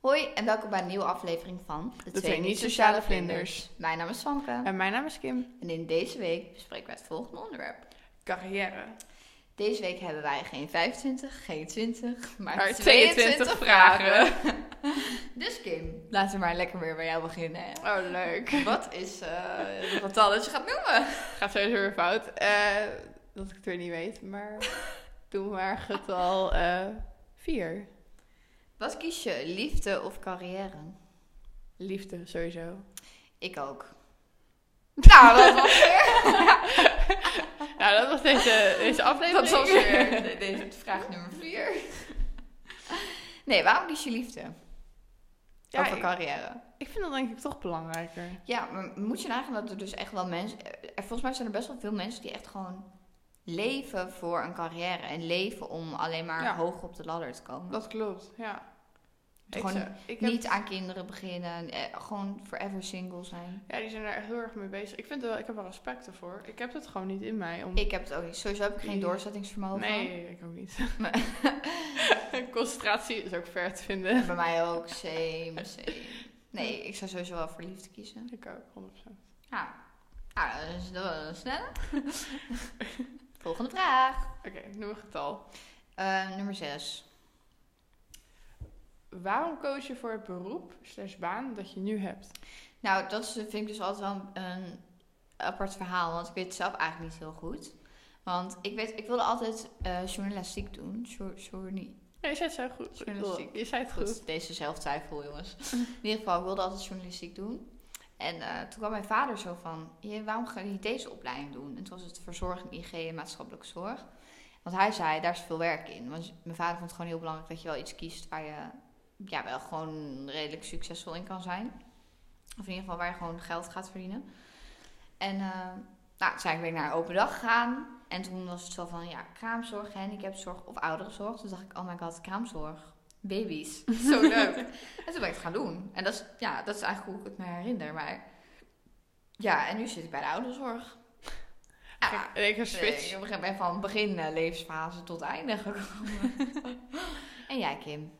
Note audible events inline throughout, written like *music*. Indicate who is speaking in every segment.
Speaker 1: Hoi en welkom bij een nieuwe aflevering van De, Mijn naam is Sanke
Speaker 2: En mijn naam is Kim.
Speaker 1: en in deze week bespreken wij het volgende onderwerp.
Speaker 2: Carrière.
Speaker 1: Deze week hebben wij geen 25, geen 20, maar,
Speaker 2: Maar
Speaker 1: 22,
Speaker 2: 22
Speaker 1: vragen. *laughs* dus Kim, laten we maar lekker weer bij jou beginnen. hè.
Speaker 2: Oh, leuk.
Speaker 1: Wat is eh het getal dat je gaat noemen?
Speaker 2: *laughs* Gaat sowieso weer fout. Eh, dat ik het weer niet weet, *laughs* maar doe maar getal 4.
Speaker 1: Wat kies je, liefde of carrière?
Speaker 2: Liefde, sowieso.
Speaker 1: Ik ook. *laughs* Nou, dat was
Speaker 2: Nou, *laughs* dat was deze, deze aflevering.
Speaker 1: Dat was weer de- deze vraag nummer vier. Nee, waarom kies je liefde?
Speaker 2: Ja,
Speaker 1: Over
Speaker 2: ik-
Speaker 1: carrière.
Speaker 2: Ik vind dat denk ik toch belangrijker.
Speaker 1: Ja, maar moet je nagaan dat er dus echt wel mensen... eh, Volgens mij zijn er best wel veel mensen die echt gewoon leven voor een carrière. En leven om alleen maar
Speaker 2: Ja.
Speaker 1: hoog op de ladder te komen.
Speaker 2: Dat klopt, ja. Ik,
Speaker 1: Gewoon
Speaker 2: zou- ik heb,
Speaker 1: Niet aan kinderen beginnen. eh, Gewoon forever single zijn.
Speaker 2: ja, die zijn daar echt heel erg mee bezig. Ik, vind wel, ik heb er respect voor. Ik heb het gewoon niet in mij om...
Speaker 1: Ik heb het ook niet. Sowieso heb ik geen
Speaker 2: Nee.
Speaker 1: doorzettingsvermogen.
Speaker 2: nee, ik ook niet. *laughs* Concentratie is ook ver te vinden.
Speaker 1: Bij mij ook. Same, same. Nee, ik zou sowieso wel voor liefde kiezen.
Speaker 2: Ik ook, 100%.
Speaker 1: Nou, nou dat is dat was een snelle. *laughs* Volgende vraag.
Speaker 2: Oké, noem een getal.
Speaker 1: Eh, nummer 6.
Speaker 2: Waarom koos je voor het beroep slash baan dat je nu hebt?
Speaker 1: Nou, dat is- vind ik dus altijd wel een, een apart verhaal, want ik weet het zelf eigenlijk niet heel goed. Want ik, weet, ik wilde altijd eh, journalistiek doen. Jour, journi-
Speaker 2: Nee, je zei het zo goed.
Speaker 1: Journalistiek.
Speaker 2: Je zei het goed.
Speaker 1: Goed, deze zelftwijfel, jongens. In ieder geval, ik wilde altijd journalistiek doen. En eh, toen kwam mijn vader zo van, "Je, waarom ga je niet deze opleiding doen? En toen was het verzorging, IG en maatschappelijke zorg. Want hij zei, daar is veel werk in. Want mijn vader vond het gewoon heel belangrijk dat je wel iets kiest waar je ja, wel gewoon redelijk succesvol in kan zijn. Of in ieder geval waar je gewoon geld gaat verdienen. En eh, nou, toen zijn ik weer naar een open dag gegaan. En toen was het zo van, ja, kraamzorg, handicapzorg of ouderenzorg. Toen dacht ik, oh my god, kraamzorg, baby's, *laughs* zo leuk. en toen ben ik het gaan doen. En dat is, ja, dat is eigenlijk hoe ik het me herinner. Maar ja, en nu zit ik bij de ouderenzorg. Ja,
Speaker 2: Kijk, in één keer
Speaker 1: eh,
Speaker 2: switch.
Speaker 1: ik ben van begin eh, levensfase tot einde gekomen. en jij, Kim?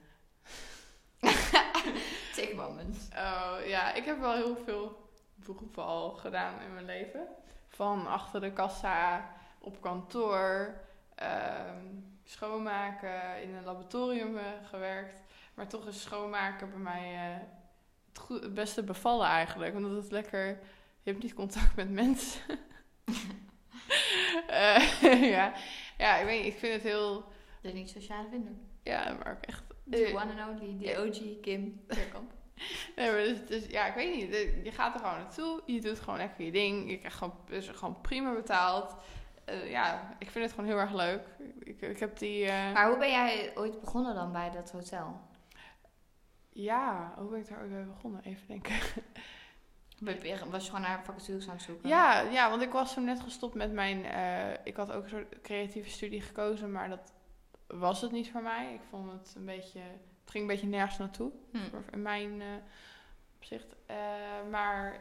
Speaker 1: *laughs* Take a moment.
Speaker 2: Oh ja, ik heb wel heel veel beroepen al gedaan in mijn leven. Van achter de kassa, op kantoor, ehm, schoonmaken, in een laboratorium eh, gewerkt. Maar toch is schoonmaken bij mij eh, het, goe- het beste bevallen eigenlijk. Omdat het lekker, je hebt niet contact met mensen. Eh, *laughs* ja. ja, ik weet niet, ik vind het heel,
Speaker 1: De niet-sociale vinder.
Speaker 2: ja, maar ook echt...
Speaker 1: The one and only, the OG, Kim Veerkamp.
Speaker 2: Nee, maar dus, dus, ja, ik weet niet. De- Je gaat er gewoon naartoe. Je doet gewoon lekker je ding. Je krijgt gewoon, is er gewoon prima betaald. Eh, ja, ik vind het gewoon heel erg leuk. Ik, ik heb die... eh,
Speaker 1: Maar hoe ben jij ooit begonnen dan bij dat hotel?
Speaker 2: Ja, hoe ben ik daar ooit bij begonnen? Even denken.
Speaker 1: Was je gewoon naar vacatures aan het zoeken?
Speaker 2: Ja, ja, want ik was toen net gestopt met mijn... eh, ik had ook een soort creatieve studie gekozen, maar dat was het niet voor mij. Ik vond het een beetje... Het ging een beetje nergens naartoe.
Speaker 1: Hm.
Speaker 2: Of in mijn eh, opzicht. Eh, maar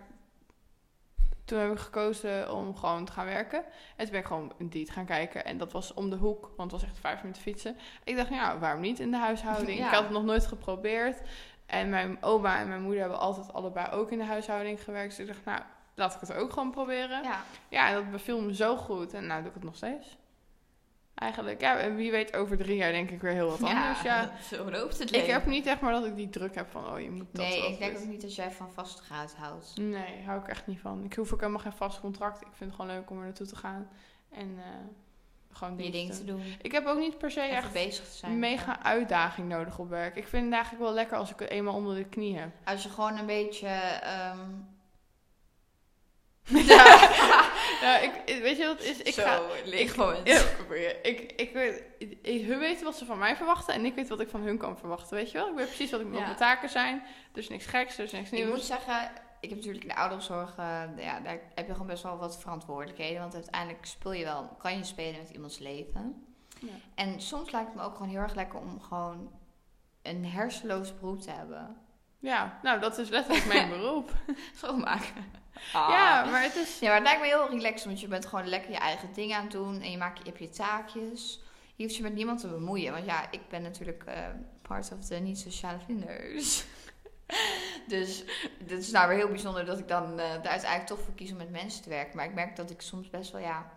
Speaker 2: toen heb ik gekozen om gewoon te gaan werken. En toen ben ik gewoon Indeed gaan kijken. En dat was om de hoek, want het was echt vijf minuten fietsen. Ik dacht, nou, waarom niet in de
Speaker 1: *laughs*
Speaker 2: huishouding?
Speaker 1: Ja.
Speaker 2: Ik had het nog nooit geprobeerd. En mijn oma en mijn moeder hebben altijd allebei ook in de huishouding gewerkt. Dus ik dacht, nou, laat ik het ook gewoon proberen.
Speaker 1: Ja.
Speaker 2: Ja, en dat beviel me zo goed. En nou doe ik het nog steeds. Eigenlijk, ja, en wie weet over drie jaar denk ik weer heel wat anders. Ja, *laughs*
Speaker 1: dat- zo loopt het
Speaker 2: ik
Speaker 1: leven.
Speaker 2: heb niet echt maar dat ik die druk heb van, oh, je moet dat
Speaker 1: nee,
Speaker 2: wel
Speaker 1: ik denk
Speaker 2: doen.
Speaker 1: ook niet dat jij van vastigheid houdt.
Speaker 2: Nee, hou ik echt niet van. Ik hoef ook helemaal geen vast contract. Ik vind het gewoon leuk om er naartoe te gaan. En eh, gewoon
Speaker 1: Je
Speaker 2: dingen
Speaker 1: ding te doen.
Speaker 2: Ik heb ook niet per se
Speaker 1: Even
Speaker 2: echt
Speaker 1: bezig te zijn.
Speaker 2: mega uitdaging nodig op werk. Ik vind het eigenlijk wel lekker als ik het eenmaal onder de knie
Speaker 1: *laughs*
Speaker 2: heb.
Speaker 1: Als je gewoon een beetje... ehm,
Speaker 2: ja, Ja, ik, ik- weet je wat het is? Ik
Speaker 1: zo,
Speaker 2: ga...
Speaker 1: leeg moment.
Speaker 2: Ja, ik, ik weet, ik- hun weten wat ze van mij verwachten en ik weet wat ik van hun kan verwachten, weet je wel? Ik weet precies wat ik wat
Speaker 1: Ja.
Speaker 2: mijn taken zijn. Dus niks geks, dus niks
Speaker 1: Ik
Speaker 2: nieuws.
Speaker 1: moet zeggen, ik heb natuurlijk in de ouderenzorg, eh, ja, daar heb je gewoon best wel wat verantwoordelijkheden. Want uiteindelijk speel je wel, kan je spelen met iemands leven.
Speaker 2: Ja.
Speaker 1: En soms lijkt het me ook gewoon heel erg lekker om gewoon een hersenloos beroep te hebben. *laughs*
Speaker 2: Ja, nou dat is letterlijk mijn beroep.
Speaker 1: Schoonmaken.
Speaker 2: Ah. Ja, maar het is...
Speaker 1: Ja, maar het lijkt me heel relaxed, want je bent gewoon lekker je eigen ding aan het doen. En je maakt je, hebt je taakjes. Je hoeft je met niemand te bemoeien. Want ja, ik ben natuurlijk eh, part of de niet-sociale vlinders. *laughs* dus het is nou weer heel bijzonder dat ik dan eh, daar uiteindelijk toch voor kies om met mensen te werken. Maar ik merk dat ik soms best wel, ja,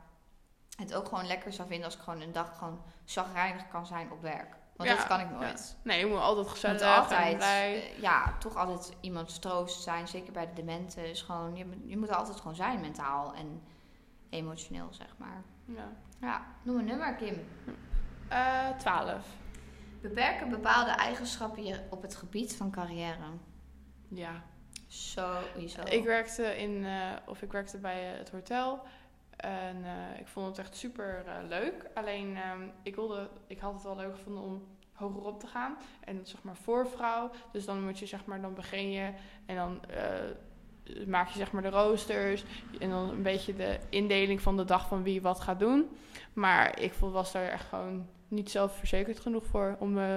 Speaker 1: het ook gewoon lekker zou vinden als ik gewoon een dag gewoon chagrijnig kan zijn op werk. Want
Speaker 2: Ja,
Speaker 1: dat kan ik
Speaker 2: ja.
Speaker 1: nooit.
Speaker 2: Nee, je moet altijd
Speaker 1: Want
Speaker 2: gezellig en
Speaker 1: altijd,
Speaker 2: blij.
Speaker 1: eh, ja, toch altijd iemands troost zijn. Zeker bij de dementen. Is gewoon, je, moet- je moet er altijd gewoon zijn, mentaal en emotioneel, zeg maar.
Speaker 2: Ja.
Speaker 1: Ja, noem een nummer, Kim.
Speaker 2: Eh, 12.
Speaker 1: Beperken bepaalde eigenschappen je op het gebied van carrière.
Speaker 2: Ja.
Speaker 1: Sowieso.
Speaker 2: Ik werkte in, eh, of ik werkte bij eh, het hotel. En eh, ik vond het echt super eh, leuk. Alleen ehm, ik, wilde, ik had het wel leuk gevonden om hoger op te gaan. En dat is, zeg maar voorvrouw. Dus dan moet je zeg maar, dan begin je en dan eh, maak je zeg maar de roosters. En dan een beetje de indeling van de dag van wie wat gaat doen. Maar ik voel- was daar echt gewoon niet zelfverzekerd genoeg voor. Om eh,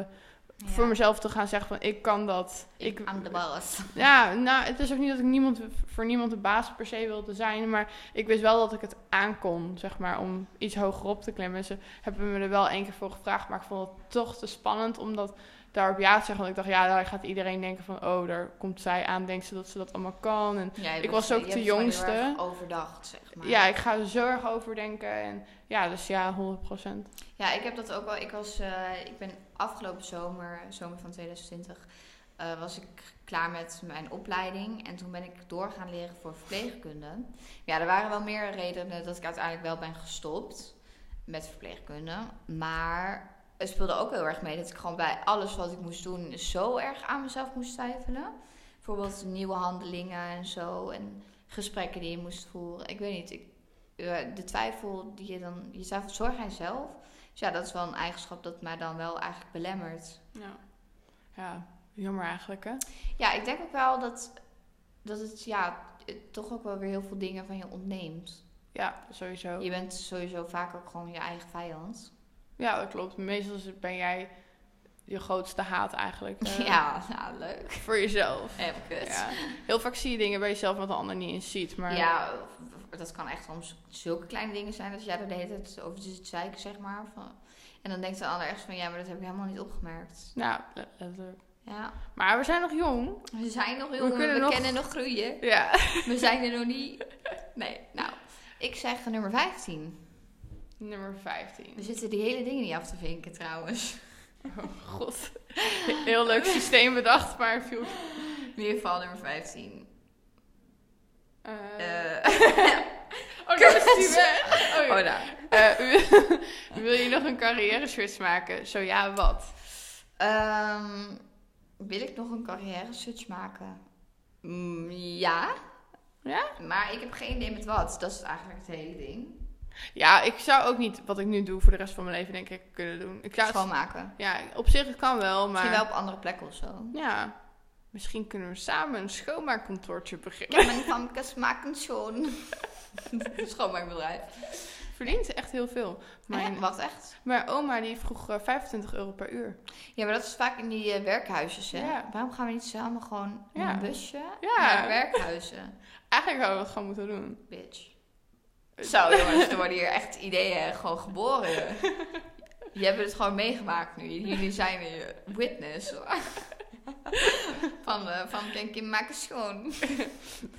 Speaker 1: Ja.
Speaker 2: voor mezelf te gaan zeggen van ik kan dat. Ik,
Speaker 1: I'm the boss. *laughs*
Speaker 2: ja, nou, het is ook niet dat ik niemand, voor niemand de baas per se wilde zijn. Maar ik wist wel dat ik het aankon, zeg maar, om iets hoger op te klimmen. Ze hebben me er wel één keer voor gevraagd. Maar ik vond het toch te spannend om dat daarop ja te zeggen. Want ik dacht, ja, daar gaat iedereen denken van... Oh, daar komt zij aan. Denkt ze dat ze dat allemaal kan? En
Speaker 1: Ja, je
Speaker 2: Ik
Speaker 1: bent-
Speaker 2: was ook
Speaker 1: je
Speaker 2: de
Speaker 1: hebt het gewoon heel
Speaker 2: jongste.
Speaker 1: erg Overdacht, zeg maar.
Speaker 2: ja, ik ga er zo erg over denken. En ja, dus ja, 100 procent.
Speaker 1: Ja, ik heb dat ook wel. Ik, was, eh, ik ben afgelopen zomer, zomer van 2020, eh, was ik klaar met mijn opleiding. En toen ben ik door gaan leren voor verpleegkunde. Ja, er waren wel meer redenen dat ik uiteindelijk wel ben gestopt met verpleegkunde. Maar het speelde ook heel erg mee dat ik gewoon bij alles wat ik moest doen zo erg aan mezelf moest twijfelen. Bijvoorbeeld nieuwe handelingen en zo. En gesprekken die je moest voeren. Ik weet niet, ik, eh, de twijfel die je dan... Je twijfelt zorg aan jezelf. Dus ja, dat is wel een eigenschap dat mij dan wel eigenlijk belemmert.
Speaker 2: Ja. ja, jammer eigenlijk, hè?
Speaker 1: Ja, ik denk ook wel dat, dat het ja, het toch ook wel weer heel veel dingen van je ontneemt.
Speaker 2: Ja, sowieso.
Speaker 1: Je bent sowieso vaak ook gewoon je eigen vijand.
Speaker 2: Ja, dat klopt. Meestal is- ben jij je grootste haat
Speaker 1: *laughs*
Speaker 2: eigenlijk. eh,
Speaker 1: ja, nou, leuk.
Speaker 2: Voor jezelf.
Speaker 1: Heb ik het.
Speaker 2: Ja. Heel vaak zie je dingen bij jezelf wat de ander niet eens ziet. Maar ja,
Speaker 1: Ja, of- of- dat kan echt soms zulke kleine dingen zijn dat jij er de hele tijd over zit zeiken, zeg maar. Van, en dan denkt de ander echt van, ja, maar dat heb ik helemaal niet opgemerkt.
Speaker 2: nou, le- letterlijk.
Speaker 1: Ja,
Speaker 2: Maar we zijn nog jong.
Speaker 1: we zijn nog heel
Speaker 2: We
Speaker 1: jong, we,
Speaker 2: kunnen nog-
Speaker 1: kennen nog groeien.
Speaker 2: Ja.
Speaker 1: We zijn er nog niet. Nee, nou, ik zeg nummer 15.
Speaker 2: Nummer
Speaker 1: We
Speaker 2: 15.
Speaker 1: zitten die hele dingen niet af te vinken trouwens. *laughs*
Speaker 2: Oh, god. Heel leuk systeem bedacht, maar viel...
Speaker 1: In ieder geval nummer 15.
Speaker 2: Eh
Speaker 1: Eh *laughs*
Speaker 2: oh, dat is die weg. Oh, ja.
Speaker 1: oh, nou.
Speaker 2: Eh, wil- *laughs* wil je nog een carrière switch maken? Zo ja, wat?
Speaker 1: Ehm, wil ik nog een carrière switch maken? Mm, ja.
Speaker 2: Ja?
Speaker 1: Maar ik heb geen idee met wat. Dat is eigenlijk het hele ding.
Speaker 2: Ja, ik zou ook niet wat ik nu doe voor de rest van mijn leven, denk ik, kunnen doen. Ik zou het-
Speaker 1: Schoonmaken.
Speaker 2: ja, op zich het kan wel, maar...
Speaker 1: Misschien wel op andere plekken of zo.
Speaker 2: Ja, misschien kunnen we samen een schoonmaakkantoortje beginnen.
Speaker 1: Ik heb *laughs* mijn famkes maken schoon. *laughs* Schoonmaakbedrijf.
Speaker 2: verdient echt heel veel. Mijn,
Speaker 1: Mijn... Wacht, echt?
Speaker 2: mijn oma die vroeg eh, 25 euro per uur.
Speaker 1: Ja, maar dat is vaak in die eh, werkhuisjes, hè?
Speaker 2: Ja.
Speaker 1: Waarom gaan we niet samen gewoon
Speaker 2: Ja.
Speaker 1: met een busje
Speaker 2: Ja.
Speaker 1: naar werkhuizen?
Speaker 2: Eigenlijk hadden we dat gewoon moeten doen.
Speaker 1: Bitch. Zo jongens, er worden hier echt ideeën gewoon geboren. Je hebt het gewoon meegemaakt nu. Jullie zijn weer witness. hoor. Van, eh van Ken Kim maken schoon.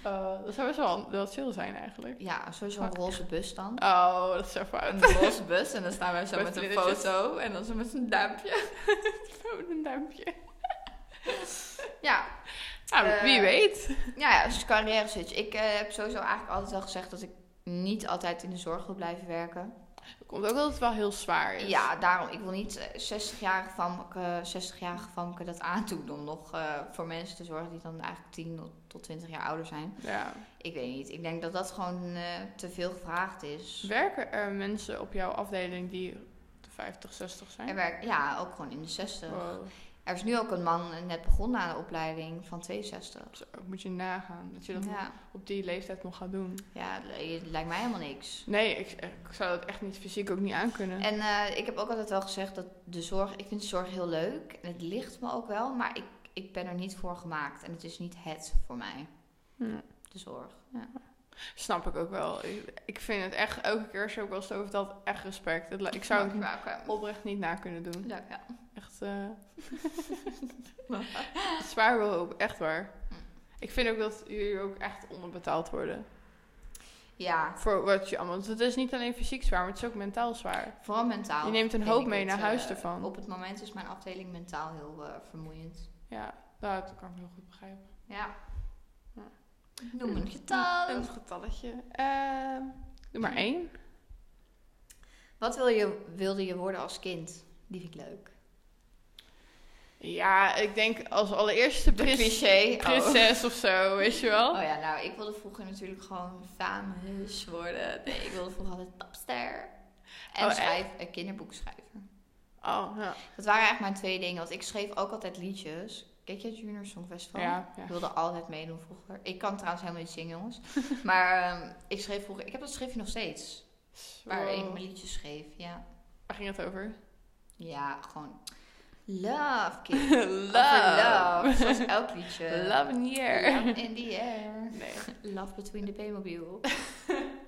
Speaker 2: Eh, dat zou best wel, wel chill zijn eigenlijk.
Speaker 1: Ja, sowieso een roze bus dan.
Speaker 2: Oh, dat is zo
Speaker 1: Een
Speaker 2: *laughs* fout.
Speaker 1: roze bus en dan staan wij zo
Speaker 2: Met
Speaker 1: met een
Speaker 2: vlindertjes.
Speaker 1: foto en dan zo met een duimpje.
Speaker 2: Oh, een duimpje.
Speaker 1: Ja,
Speaker 2: Nou,
Speaker 1: Eh,
Speaker 2: wie weet.
Speaker 1: ja, ja dus carrière switch. Ik eh, heb sowieso eigenlijk altijd al gezegd dat ik niet altijd in de zorg wil blijven werken.
Speaker 2: Het komt ook dat het wel heel zwaar is.
Speaker 1: Ja, daarom. Ik wil niet eh, 60-jarige famke, 60-jarige famke dat aandoen om nog eh, voor mensen te zorgen die dan eigenlijk 10 tot- tot 20 jaar ouder zijn.
Speaker 2: Ja.
Speaker 1: Ik weet niet. Ik denk dat dat gewoon eh, te veel gevraagd is.
Speaker 2: Werken er mensen op jouw afdeling die 50, 60
Speaker 1: Er
Speaker 2: zijn?
Speaker 1: werkt, ja, ook gewoon in de 60.
Speaker 2: Wow.
Speaker 1: Er is nu ook een man eh, net begonnen aan de opleiding van 62.
Speaker 2: Zo, moet je nagaan dat je dat
Speaker 1: Ja,
Speaker 2: op die leeftijd nog gaat doen.
Speaker 1: ja het li- het lijkt mij helemaal niks.
Speaker 2: Nee, ik, ik zou dat echt niet fysiek ook niet aankunnen.
Speaker 1: En eh, ik heb ook altijd wel gezegd dat de zorg, ik vind de zorg heel leuk en het ligt me ook wel, maar ik, ik ben er niet voor gemaakt en het is niet het voor mij,
Speaker 2: kunnen.
Speaker 1: de zorg. Ja.
Speaker 2: Snap ik ook wel. Ik, ik vind het echt, elke keer als je ook wel eens over dat, echt respect. Het, la- ik zou het niet-
Speaker 1: maken.
Speaker 2: oprecht niet na kunnen doen.
Speaker 1: Ja, ja.
Speaker 2: Echt eh, zwaar wel ook, echt waar. Ik vind ook dat jullie ook echt onderbetaald worden.
Speaker 1: ja,
Speaker 2: Voor wat je allemaal. Want het is niet alleen fysiek zwaar, maar het is ook mentaal zwaar.
Speaker 1: vooral mentaal.
Speaker 2: Je neemt een
Speaker 1: vind
Speaker 2: hoop
Speaker 1: ik
Speaker 2: mee
Speaker 1: het,
Speaker 2: naar huis
Speaker 1: eh,
Speaker 2: ervan.
Speaker 1: Op het moment is mijn afdeling mentaal heel eh, vermoeiend.
Speaker 2: Ja, nou, dat kan ik heel goed begrijpen.
Speaker 1: Ja.
Speaker 2: Ja.
Speaker 1: Noem een getal.
Speaker 2: Een getalletje. Ehm, doe maar één.
Speaker 1: Wat wil je, wilde je worden als kind? Die vind ik leuk.
Speaker 2: Ja, ik denk als allereerste
Speaker 1: De
Speaker 2: prins-
Speaker 1: cliché. Oh.
Speaker 2: prinses of zo, weet je wel.
Speaker 1: Oh ja, nou, ik wilde vroeger natuurlijk gewoon famous worden. Nee, ik wilde vroeger altijd popster. En
Speaker 2: Oh,
Speaker 1: schrijf, een kinderboekschrijver.
Speaker 2: Oh, ja.
Speaker 1: Dat waren eigenlijk mijn twee dingen. Want ik schreef ook altijd liedjes. Kijk je het Junior Songfestival?
Speaker 2: Oh, Ja, ja.
Speaker 1: Ik wilde altijd meedoen vroeger. Ik kan trouwens helemaal niet zingen,
Speaker 2: *laughs*
Speaker 1: jongens. maar ehm, ik schreef vroeger... Ik heb dat schriftje nog steeds. Waar
Speaker 2: Wow.
Speaker 1: ik mijn liedjes schreef, ja.
Speaker 2: Waar ging het over?
Speaker 1: Ja, gewoon... Love,
Speaker 2: *laughs*
Speaker 1: kid.
Speaker 2: love.
Speaker 1: Over love. Zoals elk liedje.
Speaker 2: *laughs* Love in the air.
Speaker 1: Love in the air.
Speaker 2: Nee.
Speaker 1: Love between the Playmobil.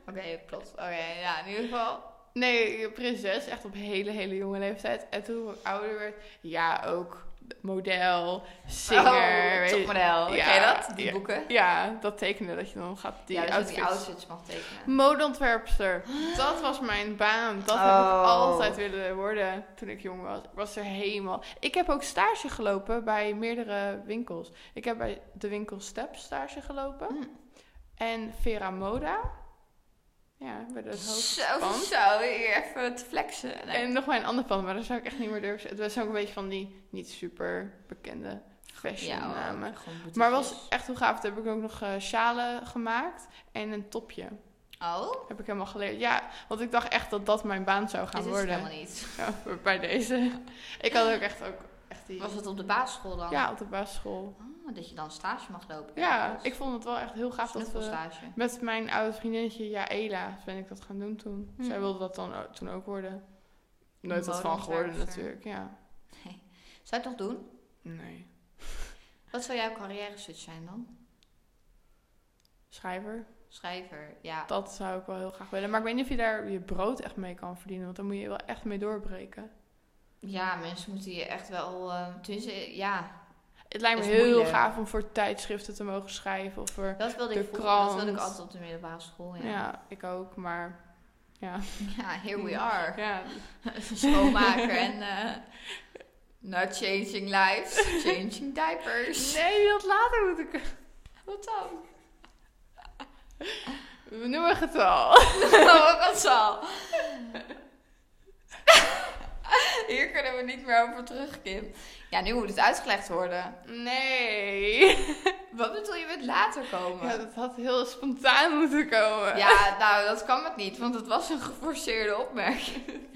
Speaker 1: Oké, klopt. *laughs* Oké, ja, in ieder geval.
Speaker 2: nee, prinses, echt op hele, hele jonge leeftijd. En toen ik ouder werd, ja, ook model,
Speaker 1: Singer,
Speaker 2: singer. weet-
Speaker 1: Oh, topmodel.
Speaker 2: ja,
Speaker 1: Ken je dat? Die
Speaker 2: ja.
Speaker 1: boeken?
Speaker 2: Ja, dat tekenen dat je dan gaat die
Speaker 1: ja, dus dat je
Speaker 2: outfits.
Speaker 1: die outfits mag tekenen.
Speaker 2: Modeontwerpster. Dat was mijn baan. Dat heb ik
Speaker 1: Oh.
Speaker 2: altijd willen worden toen ik jong was. Ik was er helemaal. Ik heb ook stage gelopen bij meerdere winkels. Ik heb bij de winkel Step stage gelopen.
Speaker 1: Hm.
Speaker 2: En Vera Moda. Ja, bij dat hoofd.
Speaker 1: Zo,
Speaker 2: pand.
Speaker 1: zo, hier even te flexen. Nee.
Speaker 2: En nog maar een ander pand, maar daar zou ik echt niet meer durven zeggen. Het was ook een beetje van die niet super bekende fashion
Speaker 1: Ja,
Speaker 2: namen.
Speaker 1: gewoon boetetjes.
Speaker 2: Maar was echt heel gaaf. Toen heb ik ook nog eh sjalen gemaakt en een topje.
Speaker 1: Oh,
Speaker 2: Heb ik helemaal geleerd. Ja, want ik dacht echt dat dat mijn baan zou
Speaker 1: dit
Speaker 2: gaan
Speaker 1: is het
Speaker 2: worden.
Speaker 1: helemaal niet.
Speaker 2: Ja, bij deze. Ik had ook echt, ook echt die...
Speaker 1: Was het op de basisschool dan?
Speaker 2: Ja, op de basisschool.
Speaker 1: Ah, dat je dan stage mag lopen.
Speaker 2: Ja, ik vond het wel echt heel gaaf dat eh,
Speaker 1: dat
Speaker 2: we...
Speaker 1: stage.
Speaker 2: Met mijn oude vriendinnetje Jaela ben ik dat gaan doen toen.
Speaker 1: Hm.
Speaker 2: Zij wilde dat dan ook- toen ook worden. Nooit wat van geworden
Speaker 1: Modeontwerpster.
Speaker 2: natuurlijk, ja.
Speaker 1: Zou je het nog doen?
Speaker 2: Nee.
Speaker 1: Wat zou jouw carrière switch zijn dan?
Speaker 2: Schrijver,
Speaker 1: Schrijver, ja.
Speaker 2: dat zou ik wel heel graag willen. Maar ik weet niet of je daar je brood echt mee kan verdienen. Want daar moet je wel echt mee doorbreken.
Speaker 1: Ja, mensen moeten je echt wel... eh tenminste, ja,
Speaker 2: Het lijkt me
Speaker 1: Is
Speaker 2: heel
Speaker 1: moeilijk.
Speaker 2: gaaf om voor tijdschriften te mogen schrijven. Of voor...
Speaker 1: dat wilde
Speaker 2: De
Speaker 1: ik vroeger. Dat wilde
Speaker 2: krant.
Speaker 1: ik altijd op de middelbare school,
Speaker 2: Ja,
Speaker 1: Oh ja. Ja,
Speaker 2: ik ook, maar... Ja.
Speaker 1: here we are. *laughs*
Speaker 2: ja.
Speaker 1: schoonmaker en eh, not changing lives, changing diapers.
Speaker 2: Nee, dat later moet ik...
Speaker 1: Wat dan?
Speaker 2: Noem een getal.
Speaker 1: Oh, Wat zal? Hier kunnen we niet meer over terug, Kim. Ja, nu moet het uitgelegd worden.
Speaker 2: Nee.
Speaker 1: Wat bedoel je met later
Speaker 2: Ja,
Speaker 1: komen?
Speaker 2: dat had heel spontaan moeten komen.
Speaker 1: Ja, nou, dat kan het niet, want het was een geforceerde opmerking.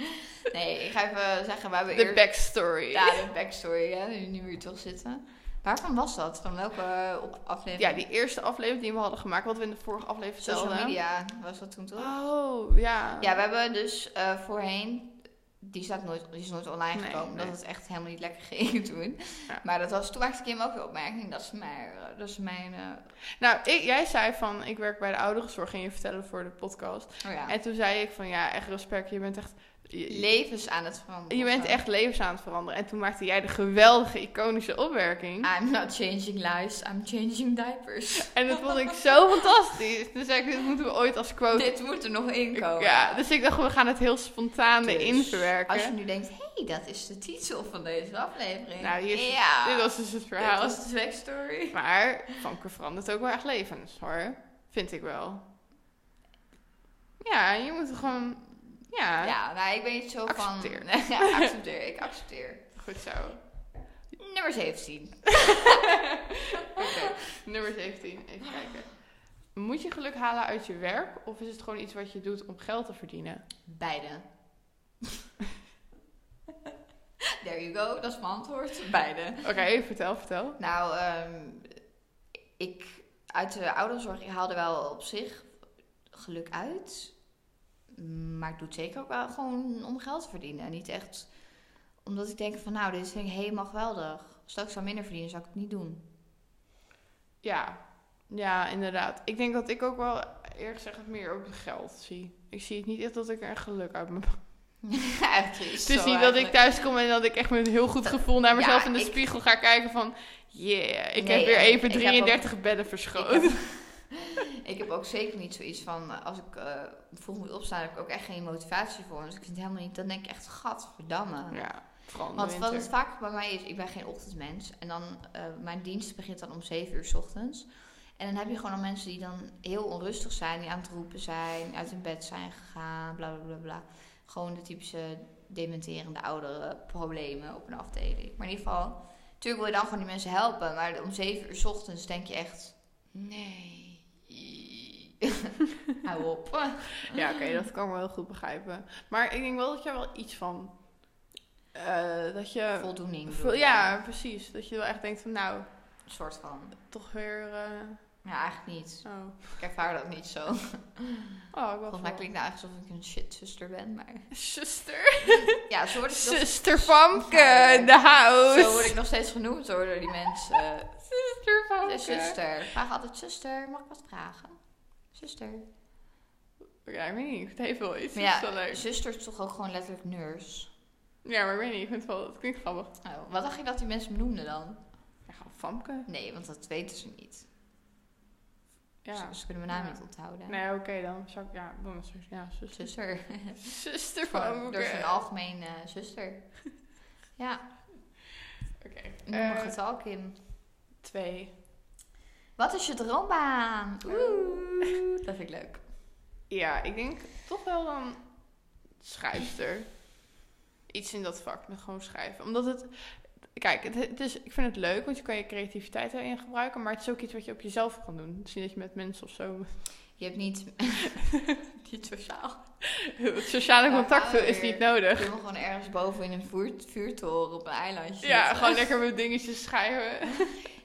Speaker 1: Nee, ik ga even zeggen, we hebben
Speaker 2: De
Speaker 1: eerst...
Speaker 2: backstory.
Speaker 1: Ja, de backstory, hè, nu nu we hier toch zitten. Waarvan was dat? Van welke eh, op- aflevering?
Speaker 2: Ja, die eerste aflevering die we hadden gemaakt, wat we in de vorige aflevering
Speaker 1: Social
Speaker 2: vertelden.
Speaker 1: media was dat toen toch?
Speaker 2: Oh, ja.
Speaker 1: Ja, we hebben dus eh, voorheen, die, staat nooit, die is nooit online
Speaker 2: Nee,
Speaker 1: gekomen,
Speaker 2: nee.
Speaker 1: dat het echt helemaal niet lekker *laughs* ging toen.
Speaker 2: Ja.
Speaker 1: Maar dat was, toen maakte Kim ook de opmerking, dat is mijn, eh, dat is mijn eh,
Speaker 2: Nou, ik- jij zei van, ik werk bij de ouderenzorg, ging je vertellen voor de podcast.
Speaker 1: oh ja,
Speaker 2: En toen zei ik van, ja, echt respect, je bent echt... je-
Speaker 1: levens aan het veranderen.
Speaker 2: je bent echt levens aan het veranderen. En toen maakte jij de geweldige, iconische opmerking.
Speaker 1: I'm not changing lives, I'm changing diapers.
Speaker 2: En dat vond ik zo fantastisch. Toen zei ik, dit moeten we ooit als quote
Speaker 1: Dit moet er nog in komen.
Speaker 2: Ja, dus ik dacht, we gaan het heel spontaan
Speaker 1: Dus,
Speaker 2: erin verwerken.
Speaker 1: Als je nu denkt, hé, hey, dat is de titel van deze aflevering.
Speaker 2: Nou, hier is-
Speaker 1: ja.
Speaker 2: Dit was dus het
Speaker 1: Dit
Speaker 2: verhaal.
Speaker 1: was de backstory.
Speaker 2: Maar kanker verandert ook wel echt levens, hoor. Vind ik wel. Ja, je moet gewoon... Ja,
Speaker 1: Ja, nou, ik ben niet zo
Speaker 2: Accepteer.
Speaker 1: van... *laughs* ja, accepteer. Ik accepteer.
Speaker 2: goed zo.
Speaker 1: Nummer 17.
Speaker 2: Oké, nummer 17. Even kijken. Moet je geluk halen uit je werk? Of is het gewoon iets wat je doet om geld te verdienen?
Speaker 1: Beide. There you go, dat is mijn antwoord. Beide. *laughs*
Speaker 2: Oké, vertel, vertel.
Speaker 1: Nou, ehm, ik uit de ouderenzorg ik haalde wel op zich geluk uit. Maar ik doe het zeker ook wel gewoon om geld te verdienen. En niet echt omdat ik denk van nou, dit vind ik helemaal geweldig. Stel ik zou minder verdienen, zou ik het niet doen. *laughs*
Speaker 2: Ja. Ja, inderdaad. Ik denk dat ik ook wel eerlijk gezegd het meer ook geld zie. Ik zie het niet echt dat ik er geluk uit mijn...
Speaker 1: Echt triest,
Speaker 2: Het is
Speaker 1: zo
Speaker 2: niet dat ik
Speaker 1: eigenlijk.
Speaker 2: thuis kom en dat ik echt met een heel goed gevoel naar
Speaker 1: Ja,
Speaker 2: mezelf in de
Speaker 1: ik-
Speaker 2: spiegel ga kijken van... Yeah, ik
Speaker 1: Nee,
Speaker 2: heb weer
Speaker 1: en
Speaker 2: even
Speaker 1: ik heb
Speaker 2: 33 bedden
Speaker 1: Ik
Speaker 2: verschoten.
Speaker 1: heb- *laughs* Ik heb ook zeker niet zoiets van, eh, als ik eh, vroeg moet opstaan, heb ik ook echt geen motivatie voor. Dus ik vind het helemaal niet, dan denk ik echt, gadverdamme.
Speaker 2: Ja, vooral in de
Speaker 1: Want wat
Speaker 2: winter.
Speaker 1: het vaak bij mij is, ik ben geen ochtendmens. En dan, eh, mijn dienst begint dan om 7 uur 's ochtends. En dan heb je gewoon al mensen die dan heel onrustig zijn, die aan het roepen zijn, uit hun bed zijn gegaan, bla bla bla bla. Gewoon de typische dementerende ouderen problemen op een afdeling. Maar in ieder geval, natuurlijk wil je dan gewoon die mensen helpen, maar om 7 uur 's ochtends denk je echt, nee, *laughs* hou op.
Speaker 2: Ja, oké, dat kan ik wel heel goed begrijpen. Maar ik denk wel dat je wel iets van... eh, dat je...
Speaker 1: Voldoening.
Speaker 2: vo-
Speaker 1: bedoel ik.
Speaker 2: ja, precies. Dat je wel echt denkt van nou,
Speaker 1: Een soort van.
Speaker 2: toch weer... eh,
Speaker 1: Ja, eigenlijk niet.
Speaker 2: oh.
Speaker 1: Ik ervaar dat niet zo.
Speaker 2: oh, ik was
Speaker 1: Volgens mij
Speaker 2: wel...
Speaker 1: klinkt Oh, nou eigenlijk alsof ik een shitzuster ben, maar...
Speaker 2: Zuster.
Speaker 1: *laughs* Ja, zo word ik nog,
Speaker 2: Zuster Famke in de house.
Speaker 1: zo word ik nog steeds genoemd hoor, door die mensen.
Speaker 2: Zuster Famke.
Speaker 1: De zuster. Vraag altijd zuster, mag ik wat vragen? Zuster.
Speaker 2: Ja, ik weet niet. Het heeft wel iets.
Speaker 1: Maar
Speaker 2: Ja.
Speaker 1: ja,
Speaker 2: Is wel leuk.
Speaker 1: zuster is toch ook gewoon letterlijk nurse?
Speaker 2: Ja, maar ik weet niet. Ik vind het wel... Het klinkt grappig.
Speaker 1: Oh, wat dacht je dat die mensen me noemden dan?
Speaker 2: Ja, gewoon Famke.
Speaker 1: Nee, want dat weten ze niet.
Speaker 2: Ja.
Speaker 1: Ze, ze kunnen mijn naam
Speaker 2: Ja.
Speaker 1: niet onthouden.
Speaker 2: Nee, oké, dan zou ik... Ja, dan is het- Ja, zuster.
Speaker 1: *laughs* Zuster.
Speaker 2: Zuster
Speaker 1: Gewoon,
Speaker 2: Famke.
Speaker 1: er is een algemeen eh, *laughs* zuster. Ja,
Speaker 2: Oké.
Speaker 1: noem
Speaker 2: eh,
Speaker 1: een getal, Kim.
Speaker 2: twee.
Speaker 1: Wat is je droombaan? Oeh,
Speaker 2: *laughs*
Speaker 1: dat vind ik leuk.
Speaker 2: Ja, ik denk toch wel dan schrijfster. Iets in dat vak met gewoon schrijven. Omdat het. Kijk, het, het is, ik vind het leuk, want je kan je creativiteit erin gebruiken. Maar het is ook iets wat je op jezelf kan doen. Het is niet dat je met mensen of zo. *laughs*
Speaker 1: Je hebt niet... niet sociaal.
Speaker 2: Het sociale
Speaker 1: Daar
Speaker 2: contact
Speaker 1: gaan we
Speaker 2: is
Speaker 1: weer.
Speaker 2: niet nodig.
Speaker 1: Ik wil gewoon ergens boven in een vuur, vuurtoren op een eilandje.
Speaker 2: Ja,
Speaker 1: zitten. *laughs*
Speaker 2: gewoon lekker met dingetjes schrijven.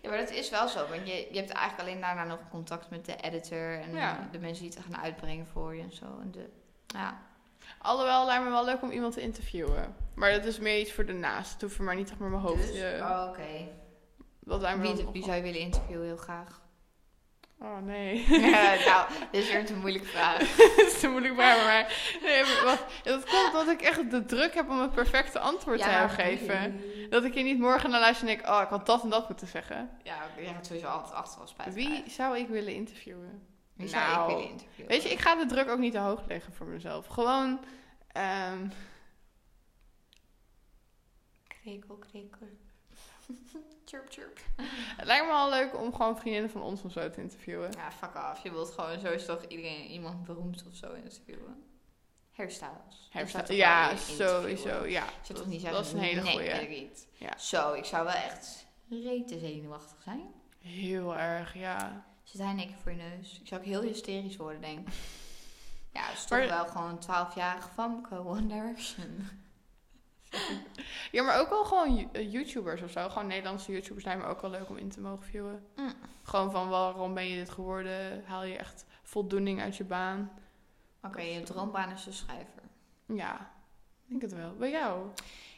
Speaker 1: Ja, maar dat is wel zo. Want je, je hebt eigenlijk alleen daarna nog contact met de editor en
Speaker 2: Ja.
Speaker 1: de mensen die het gaan uitbrengen voor je en zo. En de, ja.
Speaker 2: Alhoewel, lijkt me wel leuk om iemand te interviewen. Maar dat is meer iets voor daarnaast. Het hoeft voor mij niet echt maar mijn hoofdje.
Speaker 1: Dus, oh, oké.
Speaker 2: Dat lijkt me wel
Speaker 1: Wie,
Speaker 2: nog-
Speaker 1: wie zou je willen interviewen heel graag?
Speaker 2: *laughs*
Speaker 1: *laughs*
Speaker 2: Oh nee.
Speaker 1: Ja, nou, dit is weer een te moeilijke
Speaker 2: *laughs*
Speaker 1: vraag.
Speaker 2: Dat is te moeilijk
Speaker 1: *laughs*
Speaker 2: bij me, maar... Nee, maar wat, dat komt omdat ik echt de druk heb om een perfecte antwoord te
Speaker 1: Ja,
Speaker 2: hebben gegeven.
Speaker 1: wie?
Speaker 2: Dat ik hier niet morgen naar luister en denk... Oh, ik had dat en dat moeten zeggen.
Speaker 1: Ja, je gaat sowieso altijd achteraf spijt. krijgen.
Speaker 2: Wie zou ik willen interviewen?
Speaker 1: Wie zou
Speaker 2: Nou,
Speaker 1: ik willen interviewen?
Speaker 2: Weet je, ik ga de druk ook niet te hoog leggen voor mezelf. Gewoon... ehm,
Speaker 1: Krekel, krekel. *laughs* chirp, chirp.
Speaker 2: het lijkt me wel leuk om gewoon vriendinnen van ons of zo te interviewen.
Speaker 1: Ja, fuck off. Je wilt gewoon sowieso toch iedereen, iemand beroemd of zo interviewen. Hairstyles.
Speaker 2: Herfst-
Speaker 1: Dat zou toch wel
Speaker 2: ja,
Speaker 1: iedereen interviewen?
Speaker 2: sowieso. Ja,
Speaker 1: Je zou toch niet zeggen,
Speaker 2: dat is een hele
Speaker 1: nee,
Speaker 2: goeie.
Speaker 1: wil ik niet.
Speaker 2: Ja.
Speaker 1: Zo, ik zou wel echt rete zenuwachtig zijn.
Speaker 2: Heel erg, ja.
Speaker 1: Zit hij niks voor je neus? Ik zou ook heel hysterisch worden, *laughs* denk ik. Ja, het is toch
Speaker 2: Maar-
Speaker 1: wel gewoon een 12-jarige famke, One Direction.
Speaker 2: Ja, maar ook wel gewoon Yo- eh, YouTubers of zo. Gewoon Nederlandse YouTubers zijn me ook wel leuk om in te mogen viewen.
Speaker 1: Mm.
Speaker 2: Gewoon van waarom ben je dit geworden? Haal je echt voldoening uit je baan?
Speaker 1: Oké, je droombaan is de schrijver.
Speaker 2: Ja, ik denk het wel. Bij jou?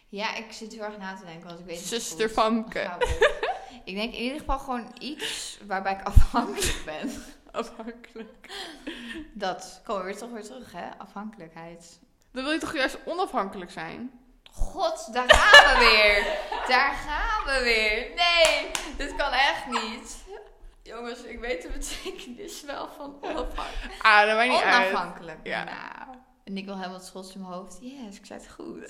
Speaker 1: Ja, ik zit heel erg na te denken, want ik weet niet
Speaker 2: Zuster
Speaker 1: goed.
Speaker 2: Famke.
Speaker 1: Gaan we. Ik denk in ieder geval gewoon iets waarbij ik afhankelijk ben.
Speaker 2: Afhankelijk.
Speaker 1: Dat komen we weer toch weer terug, hè? Afhankelijkheid.
Speaker 2: Dan wil je toch juist onafhankelijk zijn?
Speaker 1: God, daar gaan we
Speaker 2: *laughs*
Speaker 1: weer. Daar gaan we weer. Nee, dit kan echt niet. Jongens, ik weet de betekenis wel van onafhankelijk.
Speaker 2: Ah, dat maakt niet uit.
Speaker 1: Onafhankelijk.
Speaker 2: Ja.
Speaker 1: Nou. En ik wil helemaal trots in mijn hoofd. Yes, ik zei het
Speaker 2: *laughs*
Speaker 1: goed.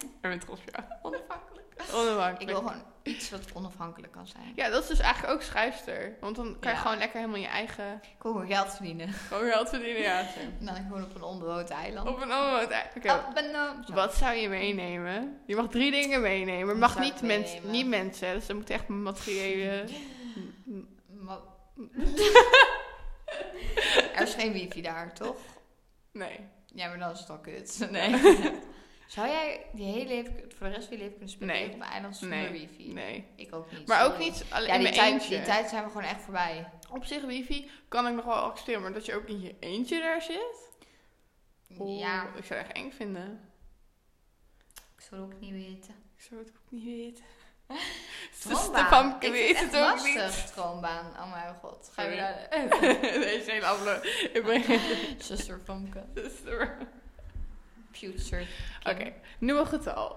Speaker 2: Ik ben trots op jou.
Speaker 1: Onafhankelijk. Ik
Speaker 2: Onafhankelijk.
Speaker 1: wil gewoon iets wat onafhankelijk kan zijn.
Speaker 2: Ja, dat is dus eigenlijk ook schrijfster. Want dan kan je
Speaker 1: Ja.
Speaker 2: gewoon lekker helemaal je eigen...
Speaker 1: Ik wil gewoon geld verdienen.
Speaker 2: Gewoon geld verdienen, ja. zo.
Speaker 1: En dan gewoon op een onbewoond eiland.
Speaker 2: Op een andere manier. Oké,
Speaker 1: Op een, eh, zo.
Speaker 2: Wat zou je meenemen? Je mag drie dingen meenemen. Maar
Speaker 1: Wat
Speaker 2: mag
Speaker 1: zou
Speaker 2: niet,
Speaker 1: ik
Speaker 2: mens,
Speaker 1: meenemen?
Speaker 2: niet mensen. hè. Dus dan moet
Speaker 1: *laughs*
Speaker 2: echt materiële...
Speaker 1: Ma- *laughs* er is geen wifi daar, toch?
Speaker 2: Nee.
Speaker 1: Ja, maar dan is het al
Speaker 2: *laughs*
Speaker 1: kut. Nee. *laughs* Zou jij die hele leven, voor de rest van je leven kunnen spelen
Speaker 2: Nee.
Speaker 1: op een eiland zonder
Speaker 2: Nee.
Speaker 1: wifi?
Speaker 2: Nee.
Speaker 1: Ik ook niet.
Speaker 2: Maar ook
Speaker 1: sorry.
Speaker 2: niet alleen
Speaker 1: Ja,
Speaker 2: in
Speaker 1: die
Speaker 2: mijn
Speaker 1: tijd,
Speaker 2: eentje.
Speaker 1: die tijd zijn we gewoon echt voorbij.
Speaker 2: Op zich wifi kan ik nog wel accepteren. Maar dat je ook in je eentje daar zit? Oeh,
Speaker 1: Ja,
Speaker 2: Ik zou het echt eng vinden. *laughs*
Speaker 1: ik zou het ook niet weten. *laughs*
Speaker 2: Ik zou het ook niet weten. *laughs*
Speaker 1: Stroombaan.
Speaker 2: Stefan
Speaker 1: ik
Speaker 2: weet
Speaker 1: vind
Speaker 2: het
Speaker 1: echt
Speaker 2: ook
Speaker 1: lastig, stroombaan. Oh mijn god. Ga je
Speaker 2: Sorry.
Speaker 1: daar...
Speaker 2: *laughs* Deze hele aflevering. Ik ben *laughs* geen
Speaker 1: *laughs* Zuster Famke.
Speaker 2: zuster.
Speaker 1: Future.
Speaker 2: Oké, nieuwe getal.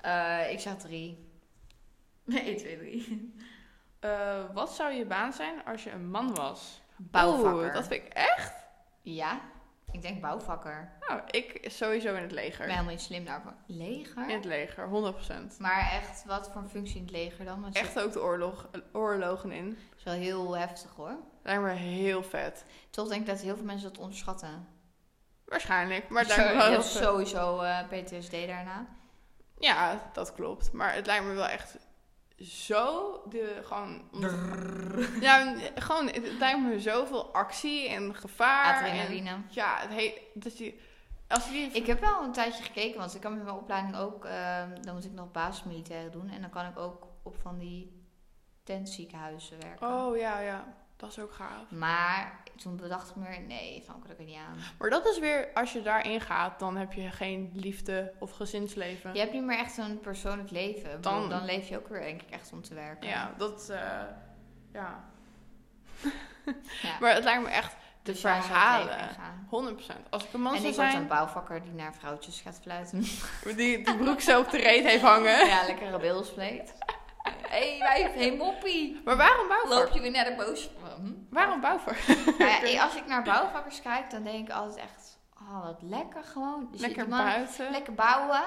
Speaker 1: Eh, ik zeg
Speaker 2: *laughs*
Speaker 1: drie. Nee, 1, 2, 3.
Speaker 2: Eh, wat zou je baan zijn als je een man was?
Speaker 1: Bouwvakker.
Speaker 2: Oeh, dat vind ik echt.
Speaker 1: Ja? Ik denk bouwvakker.
Speaker 2: Nou, ik sowieso in het
Speaker 1: Ik
Speaker 2: leger.
Speaker 1: ben helemaal niet slim daarvan. Leger?
Speaker 2: In het leger, 100%.
Speaker 1: Maar echt, wat voor een functie in het leger dan? Want
Speaker 2: Echt ook de oorlog, oorlogen in.
Speaker 1: Dat is wel heel heftig hoor.
Speaker 2: Lijkt me heel vet.
Speaker 1: Toch denk ik dat heel veel mensen dat onderschatten.
Speaker 2: Waarschijnlijk, maar het
Speaker 1: Zo-
Speaker 2: lijkt me wel
Speaker 1: je
Speaker 2: heel
Speaker 1: hebt
Speaker 2: vet.
Speaker 1: sowieso eh, PTSD daarna.
Speaker 2: Ja, dat klopt. Maar het lijkt me wel echt zo de gewoon om- ja gewoon het lijkt me zoveel actie en gevaar en
Speaker 1: Adrenaline.
Speaker 2: ja het heet dat je als je die
Speaker 1: Ik heb wel een tijdje gekeken, want ik kan met mijn opleiding ook, ehm, dan moet ik nog basismilitaire doen. En dan kan ik ook op van die tentziekenhuizen werken.
Speaker 2: oh ja ja dat is ook gaaf
Speaker 1: Maar toen bedacht ik me, nee, van kan ik er niet aan.
Speaker 2: maar dat is weer als je daarin gaat dan heb je geen liefde of gezinsleven
Speaker 1: Je hebt niet meer echt een persoonlijk leven. Ik bedoel,
Speaker 2: Dan-
Speaker 1: Dan, leef je ook weer denk ik echt om te werken.
Speaker 2: ja dat eh, ja.
Speaker 1: Ja.
Speaker 2: *laughs* maar het lijkt me echt de
Speaker 1: Dus jij zou het leven
Speaker 2: verhalen
Speaker 1: ingaan.
Speaker 2: 100% als ik een man
Speaker 1: En
Speaker 2: zou
Speaker 1: ik word een
Speaker 2: zijn
Speaker 1: bouwvakker die naar vrouwtjes gaat
Speaker 2: *laughs*
Speaker 1: fluiten.
Speaker 2: die de broek zo op de reet heeft
Speaker 1: *laughs*
Speaker 2: hangen
Speaker 1: Ja, lekker rebelsvleet. Hé, hey, wijf, hé hey, moppie.
Speaker 2: maar waarom bouwvakker
Speaker 1: Loop je weer naar de boos? Hm?
Speaker 2: waarom bouwvakker
Speaker 1: Nou ja, ik- als ik naar bouwvakkers kijk, dan denk ik altijd echt... Oh, wat lekker gewoon. Dus
Speaker 2: Lekker
Speaker 1: die man-
Speaker 2: buiten. Oh, eh. Lekker,
Speaker 1: Lekker bouwen.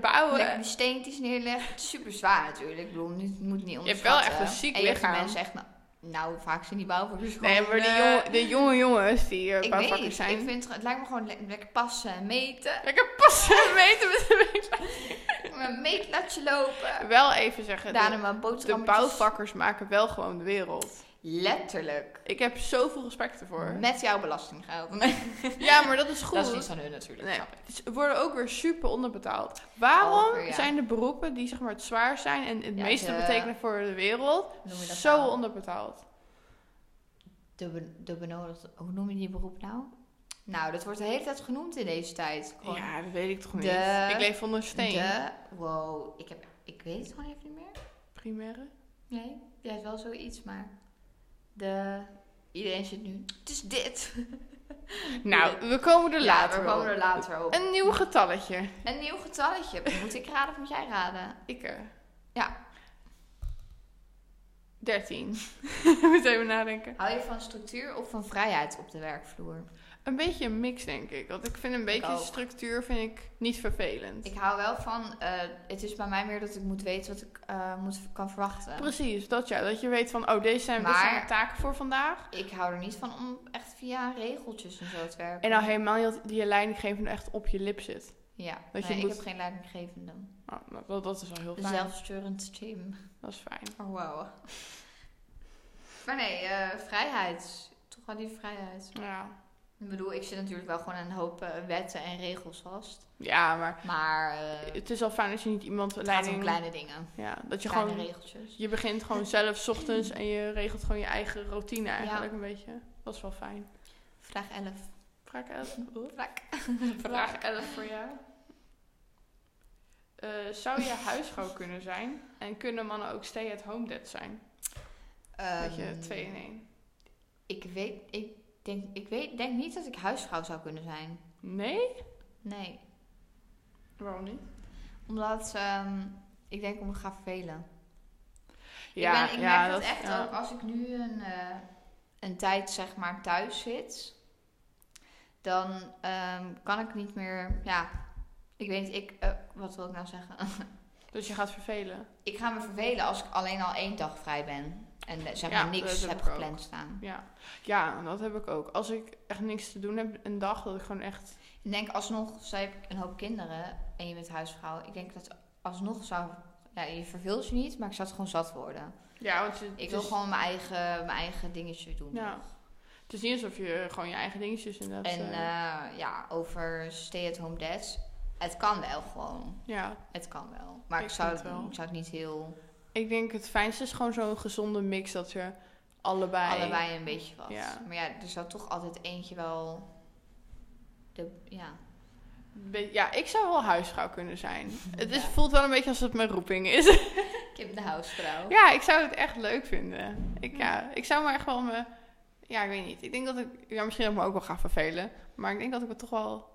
Speaker 2: bouwen.
Speaker 1: Lekker die steentjes neerleggen. Het is super zwaar natuurlijk. Ik bedoel, het moet niet onderschatten.
Speaker 2: hebt wel echt een ziek
Speaker 1: En je hebt die
Speaker 2: lichaam.
Speaker 1: mensen echt... Nou, nou, vaak zijn die bouwvakkers gewoon...
Speaker 2: nee, maar die
Speaker 1: eh,
Speaker 2: jonge, de jonge jongens die eh,
Speaker 1: Ik weet
Speaker 2: bouwvakkers
Speaker 1: niet.
Speaker 2: zijn.
Speaker 1: Ik vind, het lijkt me gewoon le- lekker passen en meten.
Speaker 2: Lekker passen *laughs* en meten met de mensen.
Speaker 1: Met een meetlatje lopen.
Speaker 2: Wel even zeggen,
Speaker 1: Daarna
Speaker 2: de,
Speaker 1: mijn
Speaker 2: de
Speaker 1: boterhammetjes.
Speaker 2: bouwvakkers maken wel gewoon de wereld.
Speaker 1: Letterlijk.
Speaker 2: Ik heb zoveel respect ervoor.
Speaker 1: Met jouw belastinggeld. Nee,
Speaker 2: Ja, maar dat is goed.
Speaker 1: *laughs* dat is niet van hun natuurlijk.
Speaker 2: Nee,
Speaker 1: snap ik.
Speaker 2: ze Dus worden ook weer super onderbetaald. Waarom
Speaker 1: Over, ja.
Speaker 2: zijn de beroepen die zeg maar het zwaarst zijn en het
Speaker 1: Ja,
Speaker 2: meeste
Speaker 1: de-
Speaker 2: betekenen voor de wereld
Speaker 1: Noem je dat
Speaker 2: zo
Speaker 1: nou?
Speaker 2: onderbetaald?
Speaker 1: De, be- de benodigde... Hoe noem je die beroep nou? Nou, dat wordt de hele tijd genoemd in deze tijd. Gewoon
Speaker 2: Ja, dat weet ik toch niet.
Speaker 1: De-
Speaker 2: Ik leef onder steen.
Speaker 1: De... Wow. Ik, heb, ik weet het gewoon even niet meer.
Speaker 2: Primaire?
Speaker 1: Nee, jij hebt wel zoiets, maar de... Iedereen zit nu, het is *laughs* dit.
Speaker 2: Nou, we komen er later
Speaker 1: we komen
Speaker 2: op.
Speaker 1: er later op.
Speaker 2: Een nieuw getalletje.
Speaker 1: Een nieuw getalletje. Moet ik raden of moet jij raden?
Speaker 2: Ik eh,
Speaker 1: Ja.
Speaker 2: 13. *laughs* Moet even nadenken.
Speaker 1: Hou je van structuur of van vrijheid op de werkvloer?
Speaker 2: Een beetje een mix, denk ik. Want ik vind een beetje
Speaker 1: ook.
Speaker 2: structuur vind ik niet vervelend.
Speaker 1: Ik hou wel van, eh, het is bij mij meer dat ik moet weten wat ik eh, moet, kan verwachten.
Speaker 2: Precies, dat ja. Dat je weet van, oh, deze zijn, dit
Speaker 1: Maar-
Speaker 2: zijn de taken voor vandaag.
Speaker 1: Ik hou er niet van om echt via regeltjes en zo te werken.
Speaker 2: En nou helemaal niet dat je leidinggevende echt op je lip zit.
Speaker 1: ja,
Speaker 2: dat je
Speaker 1: nee,
Speaker 2: moet-
Speaker 1: ik heb geen leidinggevende.
Speaker 2: Oh, nou, dat, dat is wel heel fijn.
Speaker 1: Zelfsturend team.
Speaker 2: Dat is fijn.
Speaker 1: Oh, wow. *laughs* Maar nee, eh, vrijheid. Toch wel die vrijheid.
Speaker 2: Ja.
Speaker 1: Ik bedoel, ik zit natuurlijk wel gewoon aan een hoop eh, wetten en regels vast.
Speaker 2: ja, maar
Speaker 1: Maar eh, het
Speaker 2: het is al fijn als je niet iemand
Speaker 1: gaat
Speaker 2: leiding...
Speaker 1: om kleine dingen.
Speaker 2: Ja, dat je
Speaker 1: kleine
Speaker 2: gewoon...
Speaker 1: regeltjes.
Speaker 2: Je begint gewoon zelf 's ochtends en je regelt gewoon je eigen routine eigenlijk een beetje. Dat is wel fijn.
Speaker 1: Vraag 11.
Speaker 2: Vraag 11.
Speaker 1: *laughs* Vraag.
Speaker 2: Vraag 11 voor jou. Eh, zou je huisvrouw kunnen zijn? En kunnen mannen ook stay-at-home dad zijn? dat je
Speaker 1: Ehm,
Speaker 2: 2 in 1.
Speaker 1: Ik weet, ik denk, ik weet, denk niet dat ik huisvrouw zou kunnen zijn.
Speaker 2: Nee?
Speaker 1: Nee.
Speaker 2: Waarom niet?
Speaker 1: Omdat ehm, ik denk om me ga vervelen. ik ben, ik merk dat, echt
Speaker 2: ja.
Speaker 1: ook als ik nu een, eh, een tijd zeg maar thuis zit, dan ehm, kan ik niet meer. Ja, ik weet niet, ik, eh, wat wil ik nou zeggen? *laughs*
Speaker 2: Dat Dus je gaat vervelen.
Speaker 1: ik ga me vervelen als ik alleen al één dag vrij ben en eh, zeg
Speaker 2: Ja,
Speaker 1: maar
Speaker 2: dat
Speaker 1: niks
Speaker 2: heb
Speaker 1: heb
Speaker 2: ik ook.
Speaker 1: gepland staan.
Speaker 2: Ja. ja, dat heb ik ook. Als ik echt niks te doen heb een dag, dat ik gewoon echt...
Speaker 1: Ik denk alsnog, zij heb een hoop kinderen en je bent huisvrouw. Ik denk dat alsnog zou. Ja, je verveelt je niet, maar ik zou het gewoon zat worden.
Speaker 2: Ja, want het,
Speaker 1: Ik wil
Speaker 2: is,
Speaker 1: gewoon mijn eigen, mijn eigen dingetje doen.
Speaker 2: Dus- Ja. het is niet alsof je gewoon je eigen dingetjes inderdaad...
Speaker 1: En
Speaker 2: eh,
Speaker 1: eh, ja, over stay-at-home dads. Het kan wel gewoon.
Speaker 2: ja,
Speaker 1: Het kan wel. Maar ik,
Speaker 2: Ik
Speaker 1: zou,
Speaker 2: vind het wel.
Speaker 1: ik zou het niet heel...
Speaker 2: ik denk het fijnste is gewoon zo'n gezonde mix dat je allebei...
Speaker 1: Allebei een beetje wat.
Speaker 2: Ja.
Speaker 1: Maar ja, er zou toch altijd eentje wel... De, ja.
Speaker 2: Be- ja, ik zou wel huisvrouw kunnen zijn. Het is,
Speaker 1: Ja.
Speaker 2: voelt wel een beetje als het mijn roeping is.
Speaker 1: Kim de huisvrouw.
Speaker 2: ja, ik zou het echt leuk vinden. Ik, ja, ik zou maar echt wel me... Ja, ik weet niet. Ik denk dat ik... Ja, misschien dat ik me ook wel ga vervelen. Maar ik denk dat ik het toch wel...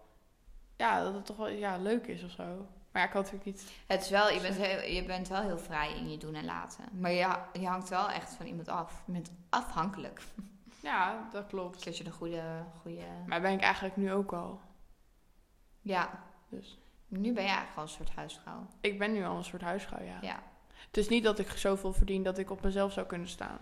Speaker 2: Ja, dat het toch wel ja, leuk is of zo. Maar ja, ik kan natuurlijk niet...
Speaker 1: Het is wel, je bent, heel, je bent wel heel vrij in je doen en laten. Maar je, je hangt wel echt van iemand af. Je bent afhankelijk.
Speaker 2: Ja, dat klopt.
Speaker 1: Dat je de goede, goede...
Speaker 2: Maar ben ik eigenlijk nu ook al.
Speaker 1: Ja.
Speaker 2: Dus.
Speaker 1: Nu ben je eigenlijk gewoon een soort huisvrouw.
Speaker 2: Ik ben nu al een soort huisvrouw, ja.
Speaker 1: Ja.
Speaker 2: Het is niet dat ik zoveel verdien dat ik op mezelf zou kunnen staan.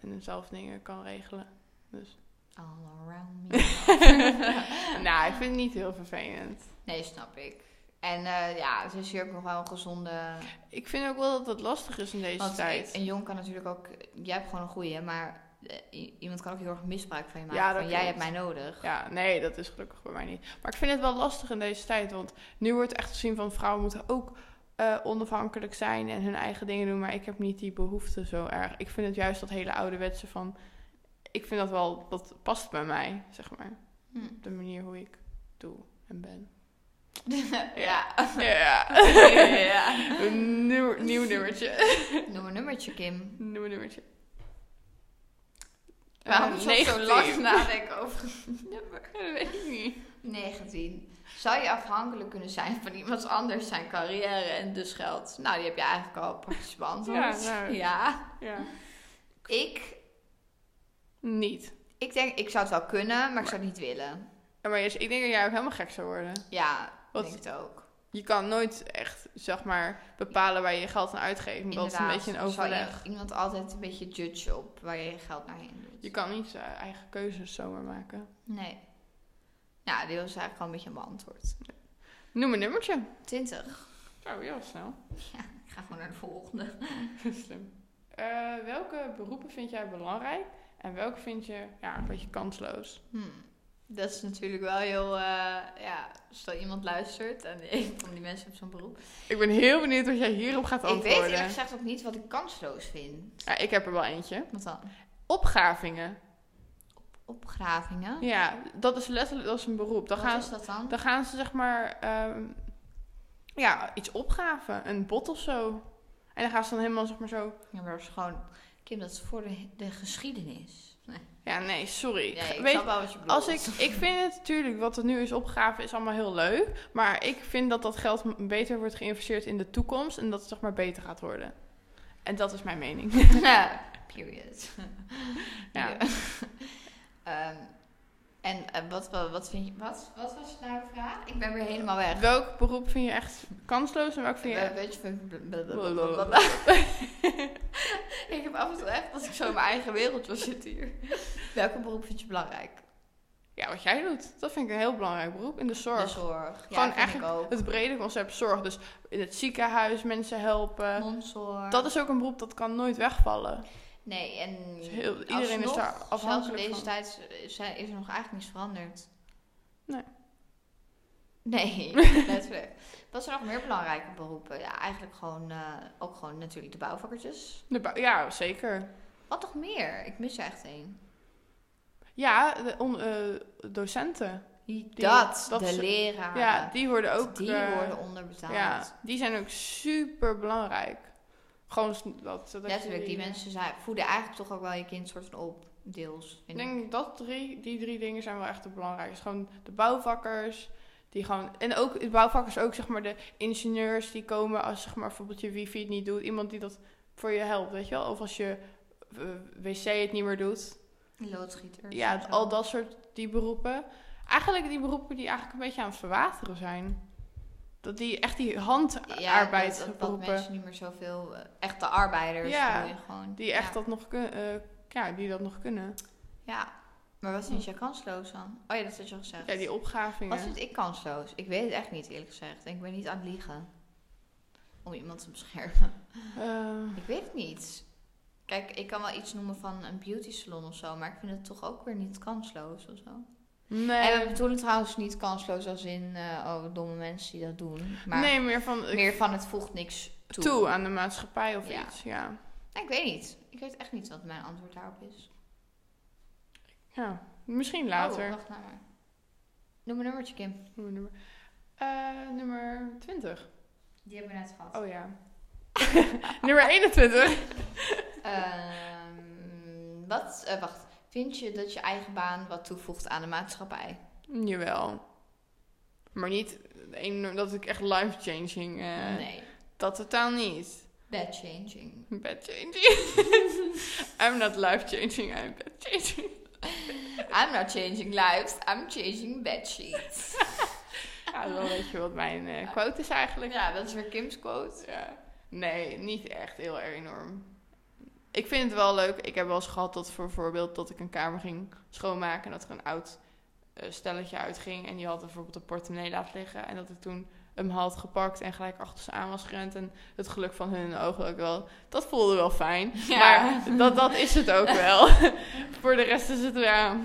Speaker 2: En zelf dingen kan regelen. Dus.
Speaker 1: All around me. *laughs*
Speaker 2: nou, ik vind het niet heel vervelend.
Speaker 1: Nee, snap ik. En eh, ja, het is hier ook nog wel een gezonde...
Speaker 2: Ik vind ook wel dat het lastig is in deze
Speaker 1: Want
Speaker 2: tijd.
Speaker 1: een jong kan natuurlijk ook... Jij hebt gewoon een goeie, maar eh, i- iemand kan ook heel erg misbruik van je maken.
Speaker 2: Ja, dat
Speaker 1: van, jij hebt
Speaker 2: klopt.
Speaker 1: mij nodig.
Speaker 2: Ja, nee, dat is gelukkig bij mij niet. Maar ik vind het wel lastig in deze tijd. Want nu wordt echt gezien van vrouwen moeten ook eh, onafhankelijk zijn en hun eigen dingen doen. Maar ik heb niet die behoefte zo erg. Ik vind het juist dat hele ouderwetse van. Ik vind dat wel, dat past bij mij, zeg maar.
Speaker 1: Hm.
Speaker 2: *laughs* De manier hoe ik doe en ben.
Speaker 1: *laughs*
Speaker 2: *laughs*
Speaker 1: ja.
Speaker 2: Ja. *laughs*
Speaker 1: Ja.
Speaker 2: Een nieuw, nieuw nummertje.
Speaker 1: Noem een nummertje, Kim.
Speaker 2: Nieuw nummertje.
Speaker 1: Waarom moet
Speaker 2: Eh,
Speaker 1: je al zo lang
Speaker 2: *laughs* 19.
Speaker 1: nadenken over een nummer?
Speaker 2: Dat weet ik niet.
Speaker 1: 19. Zou je afhankelijk kunnen zijn van iemand anders, zijn carrière en dus geld? Nou, die heb je eigenlijk al praktisch beantwoord.
Speaker 2: Ja, nou.
Speaker 1: Ja.
Speaker 2: Ja.
Speaker 1: Ik,
Speaker 2: Niet.
Speaker 1: ik denk, ik zou het wel kunnen, maar ik zou het niet willen.
Speaker 2: Ja, Maar Jess, ik denk dat jij ook helemaal gek zou worden.
Speaker 1: Ja, ik
Speaker 2: Wat-
Speaker 1: denk het ook.
Speaker 2: Je kan nooit echt, zeg maar, bepalen waar je je geld aan uitgeeft. want Dat is een beetje een
Speaker 1: zal je
Speaker 2: overleg.
Speaker 1: iemand altijd een beetje judgen op waar je je geld naar heen doet.
Speaker 2: Je kan niet je eigen keuzes zomaar maken.
Speaker 1: Nee. Nou, die was eigenlijk al een beetje mijn antwoord.
Speaker 2: Noem een nummertje.
Speaker 1: 20.
Speaker 2: Zo, Oh, heel snel. *laughs*
Speaker 1: Ja, ik ga gewoon naar de volgende.
Speaker 2: Slim. Eh, welke beroepen vind jij belangrijk? En welke vind je ja, een beetje kansloos?
Speaker 1: Hmm. Dat is natuurlijk wel heel, eh, ja, stel iemand luistert en ik van die *laughs* mensen op zo'n beroep.
Speaker 2: Ik ben heel benieuwd wat jij hierop gaat
Speaker 1: Ik
Speaker 2: antwoorden.
Speaker 1: weet eerlijk gezegd ook niet wat ik kansloos vind.
Speaker 2: Ja, ik heb er wel eentje.
Speaker 1: Wat dan?
Speaker 2: Opgravingen.
Speaker 1: Opgravingen?
Speaker 2: Ja, dat is letterlijk dat is een beroep. Dan
Speaker 1: Wat
Speaker 2: gaan,
Speaker 1: is dat dan?
Speaker 2: dan gaan ze zeg maar ehm, ja, iets opgraven. Een bot of zo. En dan gaan ze dan helemaal zeg maar zo...
Speaker 1: Ja, maar dat is gewoon, Kim, dat is voor de, de geschiedenis. Nee,
Speaker 2: Ja, nee, sorry.
Speaker 1: Nee, ik
Speaker 2: Weet-
Speaker 1: snap wel wat je bedoelt.
Speaker 2: als ik,
Speaker 1: *laughs*
Speaker 2: ik vind het natuurlijk, wat er nu is opgegraven, is allemaal heel leuk. Maar ik vind dat dat geld m- beter wordt geïnvesteerd in de toekomst. En dat het zeg maar beter gaat worden. En dat is mijn mening.
Speaker 1: *laughs* Period. *laughs*
Speaker 2: Ja.
Speaker 1: Ehm, en eh, wat, wat, wat vind je... Wat, wat was nou de vraag? Ik ben weer helemaal weg.
Speaker 2: *laughs* Welk beroep vind je echt kansloos en welk vind je
Speaker 1: Eh,
Speaker 2: echt...
Speaker 1: Weet je... vind- bl- bl- bl-
Speaker 2: Blablabla.
Speaker 1: bl- bl-
Speaker 2: *laughs*
Speaker 1: ik heb af en toe echt dat ik zo in mijn eigen wereld wil zitten hier. Welke beroep vind je belangrijk?
Speaker 2: Ja, wat jij doet. Dat vind ik een heel belangrijk beroep. In de zorg.
Speaker 1: De Dus zorg. Ja,
Speaker 2: Gewoon
Speaker 1: vind
Speaker 2: eigenlijk
Speaker 1: ik ook.
Speaker 2: Het brede concept zorg. Dus in het ziekenhuis mensen helpen.
Speaker 1: Mondzorg.
Speaker 2: Eh, Dat is ook een beroep dat kan nooit wegvallen.
Speaker 1: Nee, en
Speaker 2: Dus heel- iedereen is
Speaker 1: alsnog,
Speaker 2: daar
Speaker 1: zelfs in
Speaker 2: afhankelijk
Speaker 1: deze
Speaker 2: van.
Speaker 1: tijd eh, is, zijn- is er nog eigenlijk niets veranderd.
Speaker 2: Nee. *laughs*
Speaker 1: Nee, letterlijk. Wat zijn nog meer belangrijke beroepen? Ja, eigenlijk gewoon, eh, ook gewoon natuurlijk de bouwvakkertjes.
Speaker 2: De bou- ja, zeker.
Speaker 1: Wat nog meer? Ik mis er echt één.
Speaker 2: Ja, de on- eh, docenten.
Speaker 1: dat,
Speaker 2: dat
Speaker 1: de
Speaker 2: ze-
Speaker 1: leraren.
Speaker 2: ja, die worden ook...
Speaker 1: die
Speaker 2: eh,
Speaker 1: worden onderbetaald.
Speaker 2: Ja, die zijn ook super belangrijk. Gewoon s- dat... dat je
Speaker 1: Letterlijk,
Speaker 2: eh,
Speaker 1: die mensen zijn, voeden eigenlijk toch ook wel je kind soort van op, deels.
Speaker 2: Ik
Speaker 1: vind ik.
Speaker 2: denk dat drie, die drie dingen zijn wel echt het belangrijkste. Gewoon de bouwvakkers. Die gewoon, en ook de bouwvakkers, ook zeg maar de ingenieurs die komen als zeg maar, bijvoorbeeld je wifi het niet doet. Iemand die dat voor je helpt, weet je wel. Of als je eh, wc het niet meer doet.
Speaker 1: Loodgieters.
Speaker 2: Ja,
Speaker 1: en
Speaker 2: het-
Speaker 1: zo.
Speaker 2: al dat soort die beroepen. Eigenlijk die beroepen die eigenlijk een beetje aan het verwateren zijn. Dat die echt die
Speaker 1: Ja,
Speaker 2: handarbeid
Speaker 1: dat, dat
Speaker 2: beroepen.
Speaker 1: mensen niet meer zoveel... eh, Echte arbeiders
Speaker 2: Ja,
Speaker 1: bedoel je gewoon.
Speaker 2: die echt
Speaker 1: Ja.
Speaker 2: dat nog kunnen. ja, die dat nog kunnen.
Speaker 1: Ja, maar wat vind je kansloos dan? Oh ja, dat had je al gezegd.
Speaker 2: Hm. Ja, die opgavingen.
Speaker 1: wat vind ik kansloos? Ik weet het echt niet, eerlijk gezegd. Ik ben niet aan het liegen. Om iemand te beschermen. *laughs*
Speaker 2: Eh,
Speaker 1: Ik weet het niet. Kijk, ik kan wel iets noemen van een beauty salon of zo, maar ik vind het toch ook weer niet kansloos of zo.
Speaker 2: nee.
Speaker 1: En we bedoelen trouwens niet kansloos als in eh, oh, domme mensen die dat doen. Maar
Speaker 2: nee, meer van ik-
Speaker 1: meer van het voegt niks toe.
Speaker 2: toe. aan de maatschappij of
Speaker 1: Ja.
Speaker 2: iets. Ja.
Speaker 1: Nee, ik weet niet. Ik weet echt niet wat mijn antwoord daarop is.
Speaker 2: ja. Misschien
Speaker 1: Oh,
Speaker 2: later.
Speaker 1: wacht nou maar. Noem een nummertje, Kim.
Speaker 2: Noem een nummer. Eh, nummer 20.
Speaker 1: Die hebben we net gehad.
Speaker 2: Oh
Speaker 1: *laughs*
Speaker 2: ja. nummer 21.
Speaker 1: Ehm, wat, eh, wacht. Vind je dat je eigen baan wat toevoegt aan de maatschappij?
Speaker 2: Jawel. Maar niet een- dat ik echt life-changing... eh,
Speaker 1: nee.
Speaker 2: Dat totaal niet.
Speaker 1: Bad changing.
Speaker 2: Bad changing. *laughs* I'm not life changing, I'm bad changing.
Speaker 1: I'm not changing lives, I'm changing bad sheets.
Speaker 2: Ja, wel weet je wat mijn eh, quote is eigenlijk.
Speaker 1: ja, dat is weer Kim's quote.
Speaker 2: *laughs* Ja. eh, Nee, niet echt heel erg enorm. Ik vind het wel leuk. Ik heb wel eens gehad dat bijvoorbeeld dat ik een kamer ging schoonmaken en dat er een oud eh, stelletje uitging en die had bijvoorbeeld een portemonnee laten liggen en dat ik toen hem had gepakt en gelijk achter ze aan was gerend en het geluk van hun ogen ook wel. Dat voelde wel fijn.
Speaker 1: Ja.
Speaker 2: Maar dat, dat is het *laughs* ook wel. Voor de rest is het ja.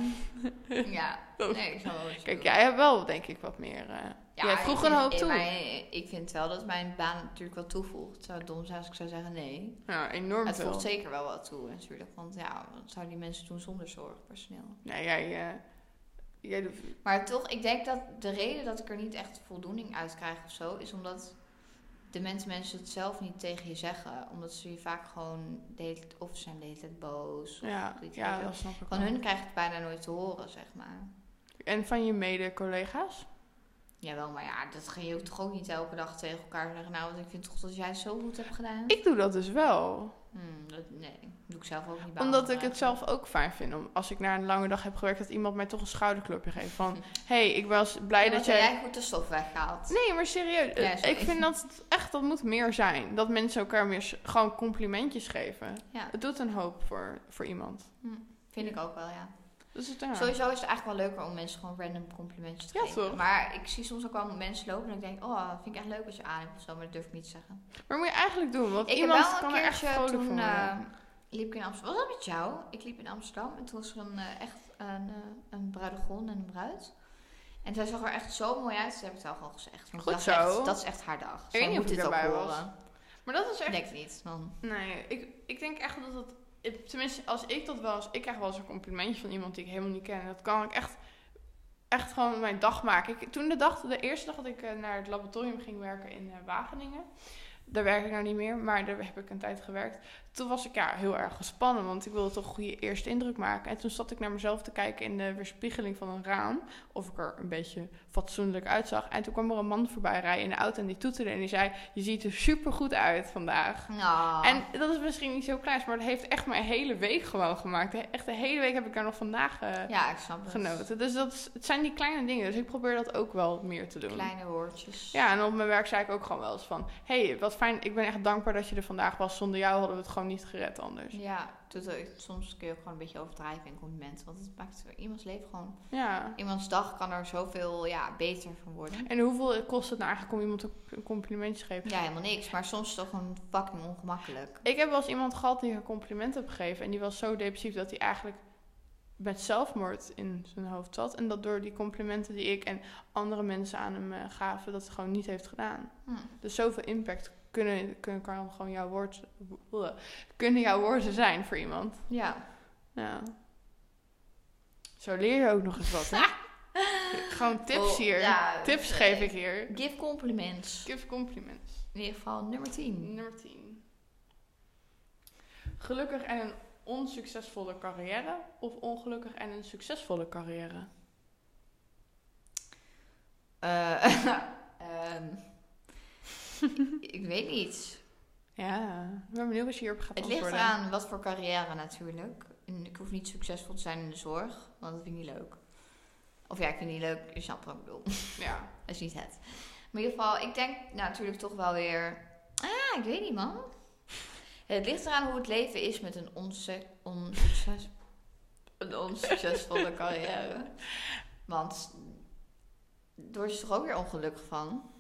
Speaker 1: Ja,
Speaker 2: Dat-
Speaker 1: nee, ik zal wel eens
Speaker 2: Kijk,
Speaker 1: doen.
Speaker 2: jij hebt wel denk ik wat meer. eh, jij
Speaker 1: ik
Speaker 2: vroeg een
Speaker 1: vind-
Speaker 2: hoop
Speaker 1: eh,
Speaker 2: toe.
Speaker 1: Maar ik vind wel dat mijn baan natuurlijk wel toevoegt. Het zou dom zijn als ik zou zeggen nee.
Speaker 2: ja, enorm
Speaker 1: Het
Speaker 2: veel.
Speaker 1: voegt zeker wel wat toe natuurlijk. Want ja, wat zouden die mensen doen zonder zorgpersoneel?
Speaker 2: Nee, jij, eh, jij doet-
Speaker 1: Maar toch, ik denk dat de reden dat ik er niet echt voldoening uit krijg of zo... is omdat de mensen, mensen het zelf niet tegen je zeggen. Omdat ze je vaak gewoon... De hele, tijd- of ze zijn de hele tijd boos.
Speaker 2: Ja,
Speaker 1: Iets
Speaker 2: ja
Speaker 1: heel-
Speaker 2: dat snap ik
Speaker 1: Van
Speaker 2: wel.
Speaker 1: hun krijg je het bijna nooit te horen, zeg maar.
Speaker 2: En van je mede-collega's?
Speaker 1: Jawel, maar ja, dat ga je ook toch ook niet elke dag tegen elkaar zeggen. Nou, want ik vind toch dat jij het zo goed hebt gedaan.
Speaker 2: Ik doe dat dus wel.
Speaker 1: Hmm, dat, nee, doe ik zelf ook niet bij
Speaker 2: Omdat ik
Speaker 1: anderen.
Speaker 2: het zelf ook fijn vind. Om, als ik na een lange dag heb gewerkt, dat iemand mij toch een schouderklopje geeft. Van,
Speaker 1: *laughs*
Speaker 2: hey, ik was blij
Speaker 1: Ja,
Speaker 2: dat
Speaker 1: want
Speaker 2: jij...
Speaker 1: jij goed de stof weghaalt.
Speaker 2: Nee, maar serieus.
Speaker 1: Ja,
Speaker 2: eh,
Speaker 1: sorry.
Speaker 2: ik vind dat het echt, dat moet meer zijn. Dat mensen elkaar meer s- gewoon complimentjes geven.
Speaker 1: Ja, hmm,
Speaker 2: Het doet een hoop voor, voor iemand.
Speaker 1: vind ik ook wel, ja.
Speaker 2: Dus het, ja.
Speaker 1: Sowieso is het eigenlijk wel leuker om mensen gewoon random complimentjes te
Speaker 2: Ja,
Speaker 1: geven.
Speaker 2: toch?
Speaker 1: Maar ik zie soms ook wel mensen lopen en ik denk, oh, dat vind ik echt leuk als je aan hebt of zo, maar dat durf ik niet te zeggen.
Speaker 2: Maar moet je eigenlijk doen, want
Speaker 1: Ik heb
Speaker 2: iemand
Speaker 1: wel een
Speaker 2: kan er echt
Speaker 1: keertje
Speaker 2: vrolijk
Speaker 1: toen,
Speaker 2: van worden.
Speaker 1: eh, Liep ik in Amsterdam. Wat was dat met jou? Ik liep in Amsterdam en toen was er een, eh, echt een, eh, een bruidegom en een bruid. En zij zag er echt zo mooi uit, dat heb ik het al gewoon gezegd. Want ik
Speaker 2: Goed
Speaker 1: dacht
Speaker 2: zo.
Speaker 1: echt, dat is echt haar dag.
Speaker 2: weet
Speaker 1: Zij
Speaker 2: niet
Speaker 1: moet
Speaker 2: of ik
Speaker 1: dit ook
Speaker 2: daarbij was.
Speaker 1: horen.
Speaker 2: maar dat is echt...
Speaker 1: Denk niet, man.
Speaker 2: Nee, ik, ik denk echt dat dat... ik- Tenminste, als ik dat wel eens... Ik krijg wel eens een complimentje van iemand die ik helemaal niet ken. En dat kan ik echt, echt gewoon mijn dag maken. Ik, toen de, dag, de eerste dag dat ik eh, naar het laboratorium ging werken in eh, Wageningen... Daar werk ik nou niet meer, maar daar heb ik een tijd gewerkt. Toen was ik ja, heel erg gespannen, want ik wilde toch een goede eerste indruk maken. En toen zat ik naar mezelf te kijken in de weerspiegeling van een raam. Of ik er een beetje fatsoenlijk uitzag. En toen kwam er een man voorbij rijden in de auto en die toeterde. En die zei, je ziet er supergoed uit vandaag.
Speaker 1: Nou.
Speaker 2: En dat is misschien niet zo kleins, maar dat heeft echt mijn hele week gewoon gemaakt. He- Echt de hele week heb ik daar nog vandaag eh,
Speaker 1: ja, ik snap het.
Speaker 2: genoten. Dus dat is- het zijn die kleine dingen. Dus ik probeer dat ook wel meer te doen.
Speaker 1: Kleine woordjes.
Speaker 2: Ja, en op mijn werk zei ik ook gewoon wel eens van... hey, wat fijn. Ik ben echt dankbaar dat je er vandaag was. Zonder jou hadden we het gewoon niet gered anders.
Speaker 1: Ja, doet ook- soms kun je ook gewoon een beetje overdrijven in complimenten. Want het maakt voor iemands leven gewoon...
Speaker 2: Ja.
Speaker 1: Iemands dag kan er zoveel ja, beter van worden.
Speaker 2: En hoeveel kost het nou eigenlijk om iemand een complimentje te geven?
Speaker 1: Ja, helemaal niks. Maar soms is het toch gewoon fucking ongemakkelijk.
Speaker 2: Ik heb wel eens iemand gehad die een compliment heb gegeven. En die was zo depressief dat hij eigenlijk met zelfmoord in zijn hoofd zat. En dat door die complimenten die ik en andere mensen aan hem eh, gaven, dat het gewoon niet heeft gedaan.
Speaker 1: Hm.
Speaker 2: Dus zoveel impact kunnen, kunnen kan gewoon jouw woord, kunnen jouw woorden zijn voor iemand.
Speaker 1: Ja.
Speaker 2: Ja. Zo leer je ook nog eens wat, hè? gewoon tips
Speaker 1: Oh,
Speaker 2: hier.
Speaker 1: ja,
Speaker 2: tips
Speaker 1: eh,
Speaker 2: geef ik hier.
Speaker 1: Give compliments.
Speaker 2: Give compliments.
Speaker 1: In ieder geval nummer 10.
Speaker 2: Nummer 10. Gelukkig en een onsuccesvolle carrière of ongelukkig en een succesvolle carrière?
Speaker 1: Eh, *laughs* ehm,
Speaker 2: *laughs*
Speaker 1: ik weet niet.
Speaker 2: Ja, ik ben benieuwd wat je hierop gaat
Speaker 1: Het ligt
Speaker 2: antwoorden.
Speaker 1: eraan wat voor carrière natuurlijk. En ik hoef niet succesvol te zijn in de zorg, want dat vind ik niet leuk. Of ja, ik vind het niet leuk, je snapt wat ik bedoel. *laughs*
Speaker 2: Ja.
Speaker 1: Dat is niet het. Maar in ieder geval, ik denk nou, natuurlijk toch wel weer... Ah, ik weet niet, man. Het ligt eraan hoe het leven is met een, onse- onsucces- een *laughs* onsuccesvolle carrière. Want daar word je toch ook weer ongelukkig van?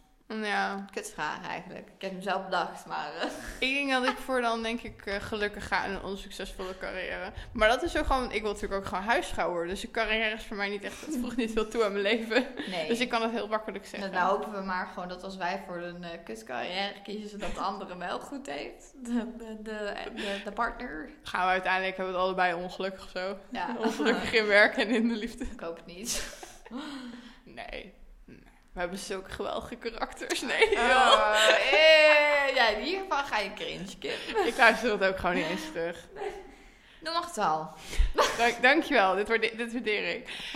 Speaker 2: ja.
Speaker 1: Kutvraag eigenlijk. Ik heb hem zelf bedacht, maar... eh,
Speaker 2: Ik denk dat ik voor dan denk ik eh, gelukkig ga en een onsuccesvolle carrière. Maar dat is ook gewoon, ik wil natuurlijk ook gewoon huisvrouw worden. Dus een carrière is voor mij niet echt, het voegt niet veel toe aan mijn leven.
Speaker 1: *laughs* nee.
Speaker 2: Dus ik kan het heel makkelijk
Speaker 1: Nou,
Speaker 2: zeggen.
Speaker 1: nou hopen we maar gewoon dat als wij voor een eh, kutcarrière kiezen, dat de andere wel goed heeft. De, de, de, de, de partner.
Speaker 2: Gaan we uiteindelijk, hebben we het allebei ongelukkig zo.
Speaker 1: Ja, *laughs*
Speaker 2: Ongelukkig in werk en in de liefde.
Speaker 1: ik hoop het niet.
Speaker 2: Nee. nee. nee. We hebben zulke geweldige karakters. *laughs* Nee, joh.
Speaker 1: Eh, eh, ja, in ieder geval ga je cringe, Kim.
Speaker 2: Ik luister het ook gewoon niet eens terug.
Speaker 1: Noem een getal.
Speaker 2: Dank, dankjewel, dit, waarde- dit waardeer ik.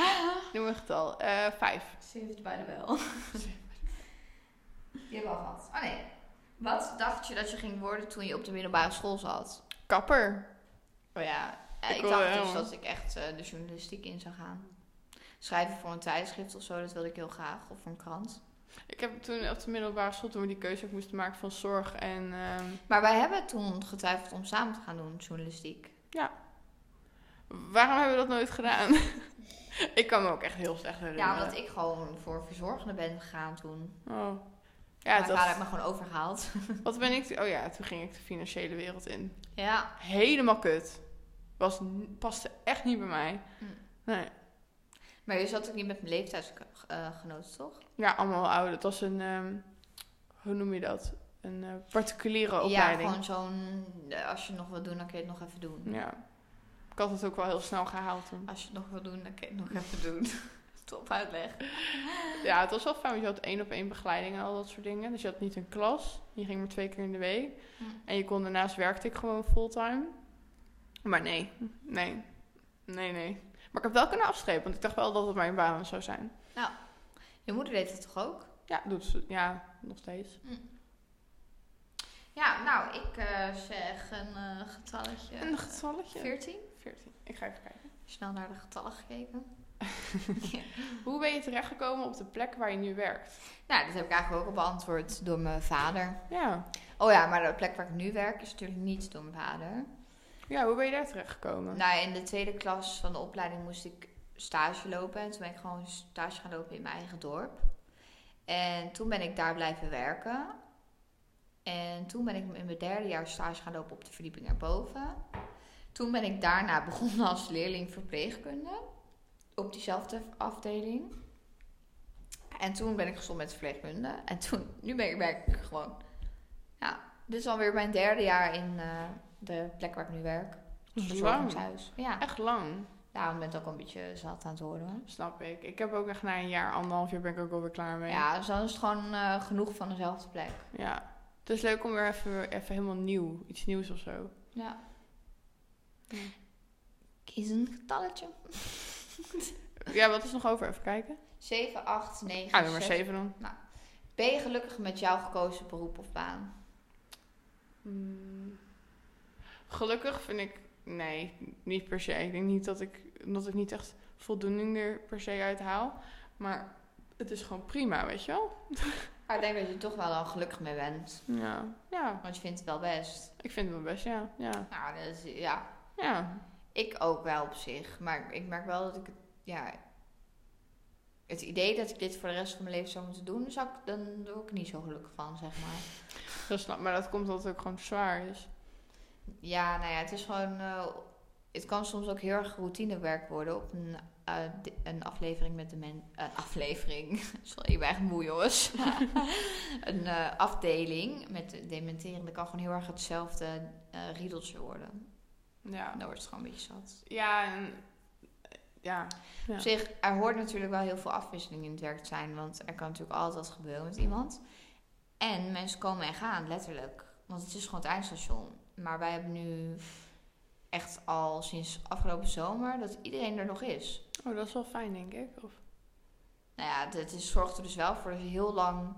Speaker 2: Noem een getal. Eh vijf.
Speaker 1: Saved by the *laughs* bell. Die hebben we al gehad. Oh nee. Wat dacht je dat je ging worden toen je op de middelbare school zat?
Speaker 2: Kapper. Oh ja.
Speaker 1: Eh,
Speaker 2: Ik
Speaker 1: ik
Speaker 2: wil
Speaker 1: dacht
Speaker 2: wel,
Speaker 1: dus
Speaker 2: man.
Speaker 1: dat ik echt eh, de journalistiek in zou gaan. Schrijven voor een tijdschrift of zo, dat wilde ik heel graag. Of voor een krant.
Speaker 2: Ik heb toen op de middelbare school, toen we die keuze ook moesten maken van zorg en... ehm,
Speaker 1: Maar wij hebben toen getwijfeld om samen te gaan doen, journalistiek.
Speaker 2: waarom hebben we dat nooit gedaan? *laughs* ik kan me ook echt heel slecht herinneren.
Speaker 1: Ja, omdat ik gewoon voor verzorgende ben gegaan toen.
Speaker 2: Oh.
Speaker 1: Ja,
Speaker 2: Ja,
Speaker 1: Mijn
Speaker 2: dat-
Speaker 1: vader heeft me gewoon overgehaald. *laughs*
Speaker 2: wat ben ik... Oh ja, toen ging ik de financiële wereld in.
Speaker 1: ja.
Speaker 2: Helemaal kut. Was, n- paste echt niet bij mij.
Speaker 1: Mm.
Speaker 2: Nee.
Speaker 1: Maar je zat ook niet met mijn leeftijdsgenoten, toch?
Speaker 2: Ja, allemaal wel ouder. Het was een... ehm, hoe noem je dat? Een eh, particuliere
Speaker 1: Ja,
Speaker 2: opleiding.
Speaker 1: gewoon zo'n... eh, Als je nog wil doen, dan kun je het nog even doen.
Speaker 2: Ja. Ik had het ook wel heel snel gehaald toen.
Speaker 1: Als je het nog wil doen, dan kun je het nog even doen. *laughs* Top uitleg.
Speaker 2: Ja, het was wel fijn, want je had één op één begeleiding en al dat soort dingen. Dus je had niet een klas. Je ging maar twee keer in de week.
Speaker 1: Hm.
Speaker 2: En je kon daarnaast werkte ik gewoon fulltime. Maar nee. Nee. Nee, nee. Maar ik heb wel kunnen afstrepen, want ik dacht wel dat het mijn baan zou zijn.
Speaker 1: Je moeder deed het toch ook?
Speaker 2: Ja, doet ze. Ja, nog steeds.
Speaker 1: Ja, nou, ik eh, zeg een eh, getalletje.
Speaker 2: Een getalletje.
Speaker 1: 14.
Speaker 2: 14. Ik ga even kijken.
Speaker 1: Snel naar de getallen gekeken.
Speaker 2: Hoe ben je terechtgekomen op de plek waar je nu werkt?
Speaker 1: Nou, dat heb ik eigenlijk ook al beantwoord door mijn vader.
Speaker 2: Ja.
Speaker 1: Oh ja, maar de plek waar ik nu werk is natuurlijk niet door mijn vader.
Speaker 2: Ja, hoe ben je daar terechtgekomen?
Speaker 1: Nou, in de tweede klas van de opleiding moest ik stage lopen. En toen ben ik gewoon stage gaan lopen in mijn eigen dorp. En toen ben ik daar blijven werken. En toen ben ik in mijn derde jaar stage gaan lopen op de verdieping erboven. Toen ben ik daarna *laughs* begonnen als leerling verpleegkunde. Op diezelfde afdeling. En toen ben ik gestopt met verpleegkunde. En toen, *laughs* nu ben ik, werk ik gewoon. Ja, dit is alweer mijn derde jaar in eh, de plek waar ik nu werk.
Speaker 2: Dat is
Speaker 1: Verzorgingshuis. Ja.
Speaker 2: Echt lang.
Speaker 1: Daarom ben ik ook een beetje zat aan het horen.
Speaker 2: Snap ik. Ik heb ook echt na een jaar, anderhalf jaar ben ik ook alweer klaar mee.
Speaker 1: Ja, dus dan is het gewoon eh, genoeg van dezelfde plek.
Speaker 2: Ja. Het is leuk om weer even, even helemaal nieuw, iets nieuws of zo.
Speaker 1: Ja.
Speaker 2: Ja.
Speaker 1: Kies een getalletje.
Speaker 2: Ja, wat is nog over? Even kijken.
Speaker 1: 7, 8, 9,
Speaker 2: Ah, nummer 7 dan.
Speaker 1: Ben je gelukkig met jouw gekozen beroep of baan?
Speaker 2: Mm. Gelukkig vind ik, nee, niet per se. Ik denk niet dat ik, omdat ik niet echt voldoening er per se uit haal. Maar het is gewoon prima, weet je wel?
Speaker 1: Maar Ah, ik denk dat je er toch wel dan gelukkig mee bent.
Speaker 2: Ja. Ja,
Speaker 1: Want je vindt het wel best.
Speaker 2: ik vind het wel best, ja. Ja.
Speaker 1: Nou, dat is, ja.
Speaker 2: Ja.
Speaker 1: Ik ook wel op zich. Maar ik merk wel dat ik het, ja... Het idee dat ik dit voor de rest van mijn leven zou moeten doen, zou ik, dan word ik niet zo gelukkig van, zeg maar.
Speaker 2: Dat snap, maar dat komt omdat het ook gewoon zwaar dus, is.
Speaker 1: Ja, nou ja, het is gewoon. eh, het kan soms ook heel erg routinewerk worden op een, eh, di- een aflevering met de men. Een aflevering. *laughs* Sorry, ik ben echt moe, jongens. *laughs* een eh, afdeling met de dementeren. Dat kan gewoon heel erg hetzelfde eh, riedeltje worden. Nou,
Speaker 2: Ja.
Speaker 1: Dan wordt het gewoon een beetje zat.
Speaker 2: Ja, en, ja. Ja.
Speaker 1: Op zich, er hoort natuurlijk wel heel veel afwisseling in het werk te zijn. Want er kan natuurlijk altijd wat gebeuren met iemand. En mensen komen en gaan, letterlijk. Want het is gewoon het eindstation. Maar wij hebben nu echt al sinds afgelopen zomer dat iedereen er nog is.
Speaker 2: Oh, dat is wel fijn, denk ik. Of...
Speaker 1: Nou ja, dat- het is, zorgt er dus wel voor dat je heel lang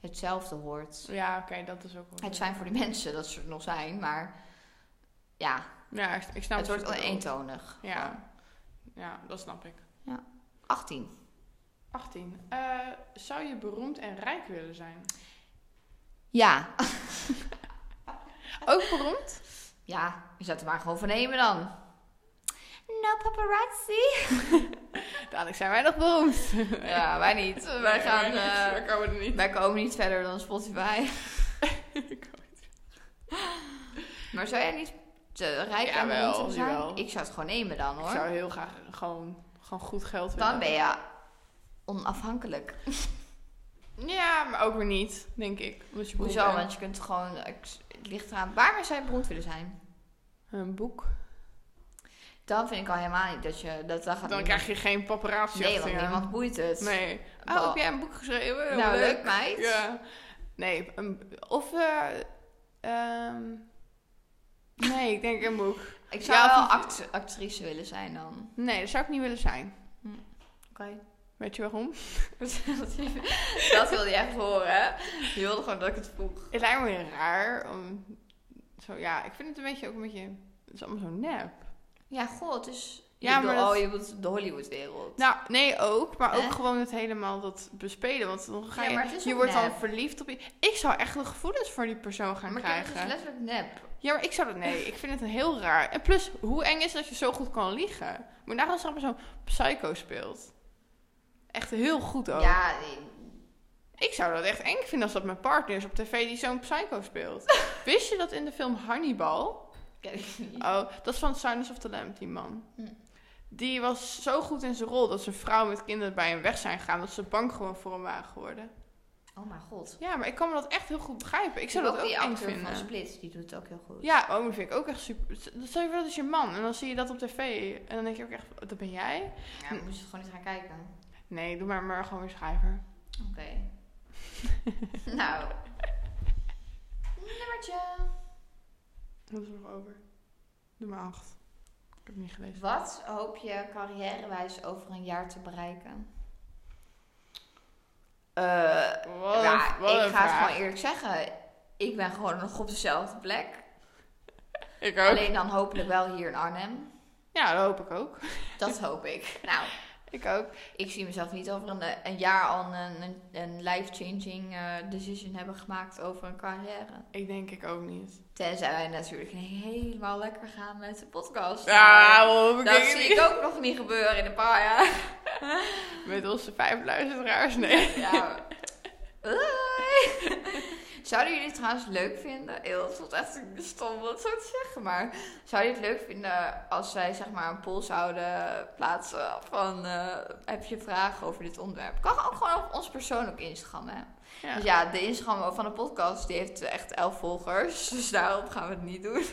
Speaker 1: hetzelfde hoort.
Speaker 2: Ja, oké, dat is ook wel.
Speaker 1: Het zijn voor die *laughs* mensen dat ze er nog zijn, maar ja,
Speaker 2: Ja, ik, ik snap
Speaker 1: het wordt
Speaker 2: wel.
Speaker 1: eentonig.
Speaker 2: Ja. ja, dat snap ik.
Speaker 1: 18.
Speaker 2: 18. Eh, zou je beroemd en rijk willen zijn?
Speaker 1: Ja,
Speaker 2: Ook beroemd?
Speaker 1: ja, je zou het er maar gewoon van nemen dan. No paparazzi.
Speaker 2: Dadelijk zijn wij nog beroemd.
Speaker 1: Ja, wij niet. *laughs* Wij gaan, eh,
Speaker 2: Wij komen er niet.
Speaker 1: wij komen niet verder dan Spotify.
Speaker 2: *laughs* Ik ook.
Speaker 1: Maar zou jij niet te rijk en
Speaker 2: Jawel,
Speaker 1: beroemd willen zijn?
Speaker 2: jawel.
Speaker 1: Ik zou het gewoon nemen dan
Speaker 2: Ik
Speaker 1: hoor.
Speaker 2: zou heel graag gewoon, gewoon goed geld willen.
Speaker 1: Dan ben je onafhankelijk.
Speaker 2: Ja, maar ook weer niet, denk ik. Omdat je beroemd
Speaker 1: Hoezo?
Speaker 2: bent.
Speaker 1: Want je kunt gewoon... eh, ik- Het ligt eraan waar wij zijn beroemd willen zijn.
Speaker 2: Een boek.
Speaker 1: Dan vind ik al helemaal niet dat je... Dat, dan gaat
Speaker 2: Dan
Speaker 1: niemand-
Speaker 2: krijg je geen paparazzi
Speaker 1: Nee,
Speaker 2: achter
Speaker 1: want
Speaker 2: je aan.
Speaker 1: niemand boeit het.
Speaker 2: Nee.
Speaker 1: Wel-
Speaker 2: Oh, heb jij een boek geschreven?
Speaker 1: Nou,
Speaker 2: Wat
Speaker 1: leuk, meid.
Speaker 2: Ja. Nee, een- of... eh, ehm, nee, ik denk een boek.
Speaker 1: Ik zou
Speaker 2: Ja, of
Speaker 1: wel
Speaker 2: een-
Speaker 1: act- actrice willen zijn dan.
Speaker 2: Nee, dat zou ik niet willen zijn.
Speaker 1: Oké.
Speaker 2: Weet je waarom?
Speaker 1: *laughs* dat wilde je echt horen, hè? Je wilde gewoon dat ik het vroeg.
Speaker 2: Het lijkt me raar om... Zo, ja, ik vind het een beetje ook een beetje... Het is allemaal zo nep.
Speaker 1: Ja, god, het is...
Speaker 2: Ja,
Speaker 1: Ja, maar
Speaker 2: maar dat-
Speaker 1: Oh, je bedoelt de Hollywood-wereld.
Speaker 2: Nou, nee, ook. Maar ook
Speaker 1: Eh?
Speaker 2: gewoon het helemaal dat bespelen. Want dan ga
Speaker 1: Ja,
Speaker 2: je...
Speaker 1: maar het is
Speaker 2: je
Speaker 1: ook
Speaker 2: wordt dan
Speaker 1: nep.
Speaker 2: verliefd op... i- Ik zou echt de gevoelens voor die persoon gaan
Speaker 1: maar
Speaker 2: krijgen.
Speaker 1: kijk, het is letterlijk nep.
Speaker 2: Ja, maar ik zou dat... Nee, ik vind het een heel raar. En plus, hoe eng is dat je zo goed kan liegen? Maar daarom is allemaal zo'n psycho speelt. Echt heel goed ook.
Speaker 1: Ja, nee.
Speaker 2: Ik zou dat echt eng vinden als dat mijn partner is op tv die zo'n psycho speelt.
Speaker 1: *laughs*
Speaker 2: Wist je dat in de film Hannibal?
Speaker 1: ken ik niet.
Speaker 2: Oh, dat is van Silence of the Lamb, die man.
Speaker 1: Hm.
Speaker 2: Die was zo goed in zijn rol dat zijn vrouw met kinderen bij hem weg zijn gegaan. Dat ze bang gewoon voor hem waren geworden.
Speaker 1: Oh mijn god.
Speaker 2: Ja, maar ik kan me dat echt heel goed begrijpen. Ik zou dat ook
Speaker 1: die
Speaker 2: eng
Speaker 1: acteur van
Speaker 2: vinden.
Speaker 1: Split, die doet het ook heel goed.
Speaker 2: Ja, oh, dat vind ik ook echt super. Stel je voor, dat is je man. En dan zie je dat op tv. En dan denk je ook echt, dat ben jij?
Speaker 1: Ja, dan moet je gewoon eens gaan kijken.
Speaker 2: Nee, doe maar, maar gewoon een schrijver.
Speaker 1: Oké. *laughs* nou. Nummertje.
Speaker 2: Dat is er nog over. Doe maar acht. Ik heb het niet gelezen.
Speaker 1: Wat hoop je carrièrewijs over een jaar te bereiken? Eh,
Speaker 2: Wat
Speaker 1: ja,
Speaker 2: een- wat
Speaker 1: ik
Speaker 2: een
Speaker 1: ga het
Speaker 2: vraag.
Speaker 1: gewoon eerlijk zeggen. Ik ben gewoon nog op dezelfde plek.
Speaker 2: Ik ook.
Speaker 1: Alleen dan hopelijk wel hier in Arnhem.
Speaker 2: Ja, dat hoop ik ook. *laughs*
Speaker 1: Dat hoop ik. Nou,
Speaker 2: Ik ook.
Speaker 1: ik zie mezelf niet over een, een jaar al een, een, een life-changing eh, decision hebben gemaakt over een carrière.
Speaker 2: Ik denk ik ook niet.
Speaker 1: Tenzij wij natuurlijk helemaal lekker gaan met de podcast.
Speaker 2: Ja,
Speaker 1: Maar
Speaker 2: hoop Nou, ik
Speaker 1: dat
Speaker 2: denk
Speaker 1: zie
Speaker 2: niet.
Speaker 1: ik ook nog niet gebeuren in een paar jaar.
Speaker 2: Met onze vijf luisteraars, nee.
Speaker 1: Ja. Oei. *laughs* Zouden jullie het trouwens leuk vinden? Eeuw, het voelt echt stom om dat zo te zeggen, maar zouden jullie het leuk vinden als wij zeg maar een poll zouden plaatsen van eh, heb je vragen over dit onderwerp? Kan ook gewoon op ons persoonlijk Instagram, hè?
Speaker 2: Ja.
Speaker 1: Dus ja, de Instagram van de podcast die heeft echt 11 volgers, *laughs* dus daarop gaan we het niet doen.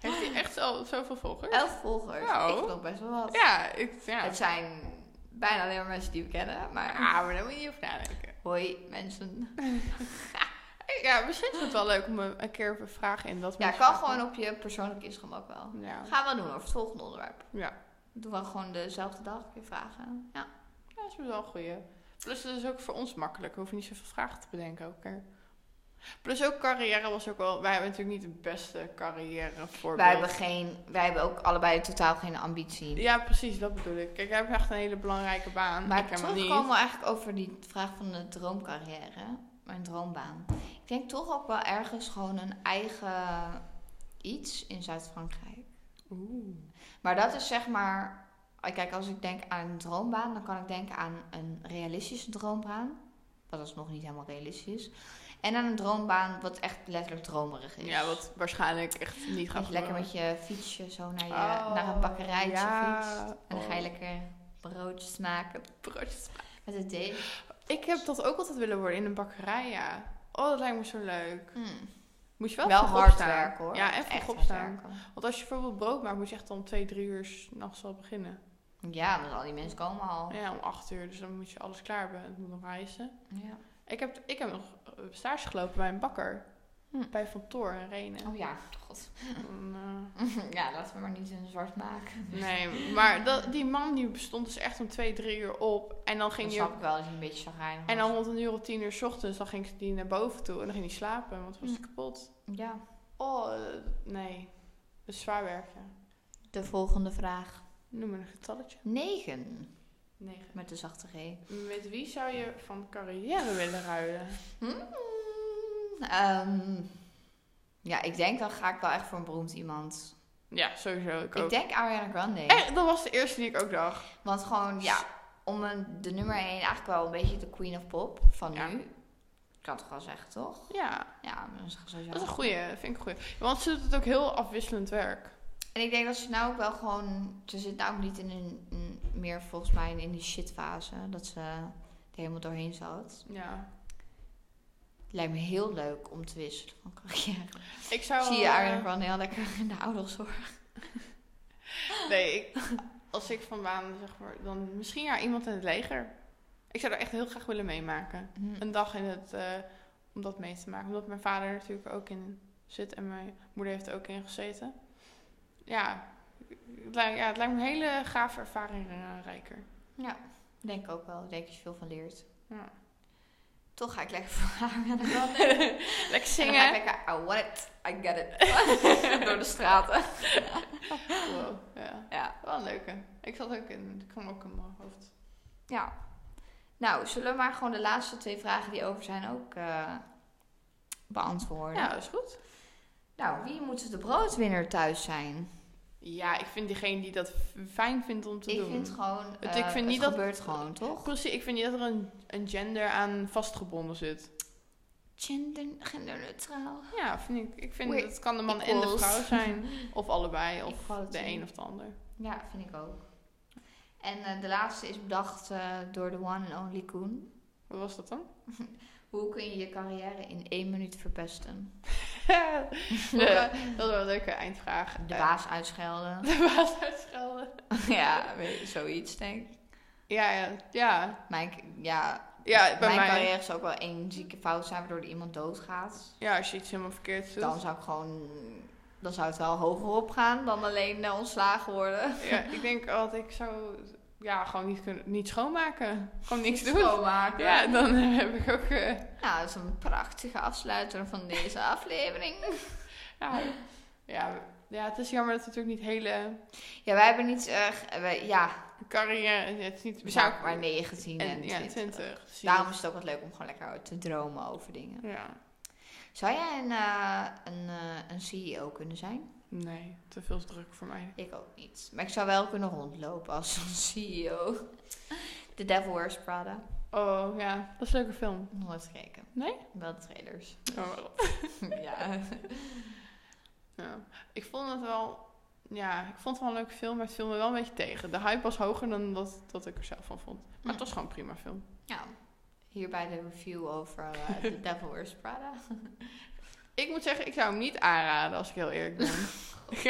Speaker 2: Heeft hij echt zo, zoveel volgers?
Speaker 1: 11 volgers,
Speaker 2: Nou.
Speaker 1: ik vind dat best wel wat.
Speaker 2: Ja, ik, ja.
Speaker 1: Het zijn bijna alleen maar mensen die we kennen, maar
Speaker 2: Ah, maar daar moet je niet over nadenken.
Speaker 1: hoi mensen.
Speaker 2: Ja, misschien is het wel leuk om een een keer een vraag in dat
Speaker 1: Ja, kan gewoon op je persoonlijk Instagram ook wel.
Speaker 2: Ja.
Speaker 1: Gaan we doen over het volgende onderwerp.
Speaker 2: Ja.
Speaker 1: Doen we gewoon dezelfde dag weer vragen. Ja.
Speaker 2: Ja, dat is wel een goeie. Plus, dat is ook voor ons makkelijk. We hoeven niet zoveel vragen te bedenken elke keer. Plus, ook carrière was ook wel... Wij hebben natuurlijk niet de beste carrière voorbeeld.
Speaker 1: Wij hebben, geen, wij hebben ook allebei totaal geen ambitie.
Speaker 2: Ja, precies, dat bedoel ik. Kijk, jij hebt echt een hele belangrijke baan.
Speaker 1: Maar
Speaker 2: ik helemaal
Speaker 1: toch
Speaker 2: niet.
Speaker 1: komen we eigenlijk over die vraag van de droomcarrière. Mijn droombaan. Ik denk toch ook wel ergens gewoon een eigen iets in Zuid-Frankrijk.
Speaker 2: Oeh.
Speaker 1: Maar dat is zeg maar. Kijk, als ik denk aan een droombaan, dan kan ik denken aan een realistische droombaan. Wat is nog niet helemaal realistisch. En aan een droombaan wat echt letterlijk dromerig is.
Speaker 2: Ja, wat waarschijnlijk echt niet
Speaker 1: Dat
Speaker 2: gaat
Speaker 1: je lekker
Speaker 2: gebeuren.
Speaker 1: met je fietsje zo naar, je,
Speaker 2: Oh,
Speaker 1: naar een bakkerijtje
Speaker 2: ja.
Speaker 1: fietst. En dan ga je
Speaker 2: Oh.
Speaker 1: lekker broodjes maken
Speaker 2: Broodjes.
Speaker 1: met het deeg.
Speaker 2: Ik heb dat ook altijd willen worden in een bakkerij, ja. Oh, dat lijkt me zo leuk.
Speaker 1: Mm.
Speaker 2: Moet je Hmm, wel,
Speaker 1: Wel,
Speaker 2: vroeg
Speaker 1: hard
Speaker 2: opstaan.
Speaker 1: werken hoor.
Speaker 2: Ja, en
Speaker 1: Echt
Speaker 2: vroeg
Speaker 1: hard
Speaker 2: opstaan.
Speaker 1: werken.
Speaker 2: Want als je bijvoorbeeld brood maakt, moet je echt om twee, drie uur 's nachts al beginnen.
Speaker 1: Ja, want al die mensen komen al.
Speaker 2: Ja, om acht uur. Dus dan moet je alles klaar hebben. Het moet nog reizen.
Speaker 1: Ja.
Speaker 2: Ik heb, ik heb nog eh, stage gelopen bij een bakker.
Speaker 1: Hm.
Speaker 2: Bij Vantoor in Renen.
Speaker 1: Oh ja, god. *laughs*
Speaker 2: En, eh,
Speaker 1: ja, laten we maar niet een zwart maken.
Speaker 2: nee, maar dat, die man die stond dus echt om twee, drie uur op. En dan
Speaker 1: Dan
Speaker 2: ging hij...
Speaker 1: snap ik wel dat je een beetje chagrijnig
Speaker 2: En
Speaker 1: was.
Speaker 2: dan rond een uur of tien uur 's ochtends, dan ging hij naar boven toe. En dan ging hij slapen, want
Speaker 1: Hm.
Speaker 2: was hij kapot.
Speaker 1: Ja,
Speaker 2: Oh, eh, nee. Dat is zwaar werken.
Speaker 1: de volgende vraag.
Speaker 2: Noem maar een getalletje.
Speaker 1: 9.
Speaker 2: Negen.
Speaker 1: Met de zachte G.
Speaker 2: Met wie zou je van carrière willen ruilen?
Speaker 1: Hmm, ehm, ja, ik denk dan ga ik wel echt voor een beroemd iemand.
Speaker 2: Ja, sowieso. Ik,
Speaker 1: Ik,
Speaker 2: ook.
Speaker 1: denk Ariana Grande.
Speaker 2: Echt, dat was de eerste die ik ook dacht.
Speaker 1: Want gewoon, ja, om een, de nummer 1 eigenlijk wel een beetje de queen of pop van
Speaker 2: Ja.
Speaker 1: nu. Ik kan het toch wel zeggen, toch?
Speaker 2: Ja,
Speaker 1: Ja, mensen gaan sowieso.
Speaker 2: dat is een goeie. Vind ik een goeie. Want ze doet het ook heel afwisselend werk.
Speaker 1: En ik denk dat ze nou ook wel gewoon... Ze zit nou ook niet in een, een- meer volgens mij in die shitfase. Dat ze er helemaal doorheen zat.
Speaker 2: Ja.
Speaker 1: Het lijkt me heel leuk om te wisselen van carrière.
Speaker 2: Ik zou...
Speaker 1: Zie je
Speaker 2: eh,
Speaker 1: Ariana Grande heel lekker in de ouderenzorg.
Speaker 2: Nee, ik, als ik van baan zeg maar, dan misschien ja iemand in het leger. Ik zou er echt heel graag willen meemaken.
Speaker 1: Hm,
Speaker 2: Een dag in het, eh, om dat mee te maken. Omdat mijn vader natuurlijk ook in zit en mijn moeder heeft er ook in gezeten. Ja, het lijkt, ja, het lijkt me een hele gave ervaring eh,
Speaker 1: *laughs*
Speaker 2: rijker.
Speaker 1: Ja, denk ik ook wel. Ik denk dat je veel van leert.
Speaker 2: Ja.
Speaker 1: Toch ga ik lekker voor haar aan de
Speaker 2: *laughs*
Speaker 1: kant.
Speaker 2: Lekker
Speaker 1: En dan ga ik
Speaker 2: zingen.
Speaker 1: lekker, I want it, I get it. *laughs* Door de straten.
Speaker 2: Wow, ja.
Speaker 1: Ja.
Speaker 2: Wel een leuke. Ik zat ook in, ik kwam ook in mijn hoofd.
Speaker 1: ja. Nou, zullen we maar gewoon de laatste twee vragen die over zijn ook eh, beantwoorden?
Speaker 2: Ja, dat is goed.
Speaker 1: Nou, wie moet de broodwinner thuis zijn?
Speaker 2: Ja, ik vind degene die dat f- fijn vindt om te
Speaker 1: ik
Speaker 2: doen.
Speaker 1: vind gewoon,
Speaker 2: Het-
Speaker 1: eh,
Speaker 2: ik vind
Speaker 1: het
Speaker 2: niet dat-
Speaker 1: gebeurt gewoon, toch?
Speaker 2: Precies, ik vind niet dat er een, een gender aan vastgebonden zit.
Speaker 1: Gender, genderneutraal.
Speaker 2: Ja, vind ik, ik vind
Speaker 1: We're
Speaker 2: dat het kan de man en de
Speaker 1: equals.
Speaker 2: vrouw zijn.
Speaker 1: *laughs*
Speaker 2: Of allebei, of
Speaker 1: Equality.
Speaker 2: de een of de ander.
Speaker 1: Ja, vind ik ook. En eh, de laatste is bedacht eh, door de one and only Koen.
Speaker 2: Wat was dat dan? *laughs*
Speaker 1: Hoe kun je je carrière in één minuut verpesten?
Speaker 2: Ja, dat is wel een leuke eindvraag.
Speaker 1: De
Speaker 2: Eh,
Speaker 1: baas uitschelden.
Speaker 2: *laughs* De baas uitschelden.
Speaker 1: ja, weet je, zoiets denk ik.
Speaker 2: Ja, ja, ja.
Speaker 1: Mijn, k- ja,
Speaker 2: Ja, bij
Speaker 1: mijn
Speaker 2: mij.
Speaker 1: carrière zou ook wel één zieke fout zijn waardoor er iemand doodgaat.
Speaker 2: Ja, als je iets helemaal verkeerd doet.
Speaker 1: Dan zou ik gewoon... Dan zou het wel hoger op gaan dan alleen eh, ontslagen worden.
Speaker 2: Ja, ik denk altijd, ik zou ja, gewoon niet, kunnen, niet schoonmaken. Gewoon *laughs* niks doen.
Speaker 1: Schoonmaken.
Speaker 2: Ja, dan eh, heb ik ook... eh,
Speaker 1: Nou, dat is een prachtige afsluiter van deze aflevering.
Speaker 2: ja, ja, ja, het is jammer dat we natuurlijk niet hele
Speaker 1: Ja, wij hebben niet... eh, g- wij- ja,
Speaker 2: carrière... Het is niet,
Speaker 1: we
Speaker 2: we
Speaker 1: zijn
Speaker 2: zouden
Speaker 1: ook maar 19 en,
Speaker 2: en, ja,
Speaker 1: 20.
Speaker 2: 20. Dus
Speaker 1: Daarom is het ook wat leuk om gewoon lekker te dromen over dingen.
Speaker 2: Ja.
Speaker 1: Zou jij een, eh, een, eh, een CEO kunnen zijn?
Speaker 2: Nee, te veel is druk voor mij.
Speaker 1: Ik ook niet. Maar ik zou wel kunnen rondlopen als een *laughs* CEO. The Devil Wears Prada.
Speaker 2: Oh, ja. Dat is een leuke film.
Speaker 1: Nooit gekeken.
Speaker 2: Nee?
Speaker 1: Wel de
Speaker 2: *laughs*
Speaker 1: trailers.
Speaker 2: Oh, wel.
Speaker 1: ja. *laughs*
Speaker 2: Ja. Ik vond het wel... Ja, ik vond het wel een leuke film, maar het viel me wel een beetje tegen. De hype was hoger dan dat, dat ik er zelf van vond. Maar het was gewoon een prima film.
Speaker 1: Nou, hierbij de review over eh, The *laughs* Devil Wears Prada.
Speaker 2: Ik moet zeggen, ik zou hem niet aanraden als ik heel eerlijk ben.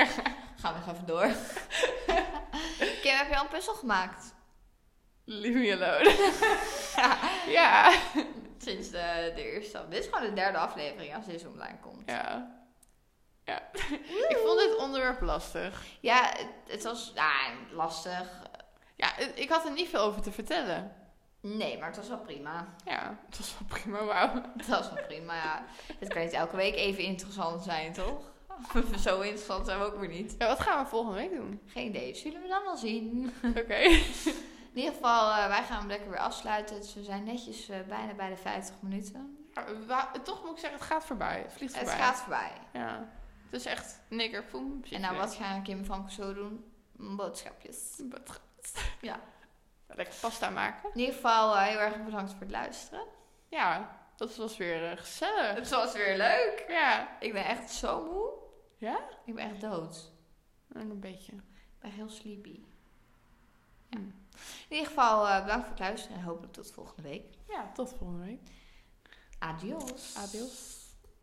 Speaker 2: *laughs*
Speaker 1: Gaan we eens even door. *laughs* Kim, heb je al een puzzel gemaakt?
Speaker 2: Leave me alone. Nou. *laughs* ja.
Speaker 1: Sinds eh, de, de eerste. Dit is gewoon de derde aflevering als deze online komt.
Speaker 2: Ja. Ja. ik vond dit onderwerp lastig.
Speaker 1: Ja, het, het was ah, lastig.
Speaker 2: Ja, het- ik had er niet veel over te vertellen.
Speaker 1: Nee, maar het was wel prima.
Speaker 2: Ja, het was wel prima,
Speaker 1: *laughs*
Speaker 2: wauw.
Speaker 1: Het was wel prima, ja. Het kan niet elke week even interessant zijn, toch? *laughs* Zo interessant zijn we ook weer niet.
Speaker 2: Ja, wat gaan we volgende week *laughs* doen?
Speaker 1: Geen idee, zullen we dan wel zien.
Speaker 2: Oké.
Speaker 1: In ieder geval, eh, wij gaan hem lekker weer afsluiten. Dus we zijn netjes eh, bijna bij de 50 minuten.
Speaker 2: Ja, wa- Toch moet ik zeggen, het gaat voorbij. Het vliegt
Speaker 1: Het
Speaker 2: voorbij.
Speaker 1: gaat voorbij.
Speaker 2: Ja. Het is echt nikker, poem.
Speaker 1: En nou, wat gaan Kim van zo doen? Boodschapjes.
Speaker 2: Wat- *laughs*
Speaker 1: Ja.
Speaker 2: Lekker pasta maken.
Speaker 1: In ieder geval, eh, heel erg bedankt voor het luisteren.
Speaker 2: Ja, dat was weer eh, gezellig.
Speaker 1: Het was weer leuk.
Speaker 2: Ja.
Speaker 1: Ik ben echt zo moe.
Speaker 2: Ja?
Speaker 1: Ik ben echt dood.
Speaker 2: En een beetje.
Speaker 1: Ik ben heel sleepy.
Speaker 2: Ja.
Speaker 1: In ieder geval, eh, bedankt voor het luisteren en hopelijk tot volgende week.
Speaker 2: ja, tot volgende week.
Speaker 1: Adios.
Speaker 2: Adios.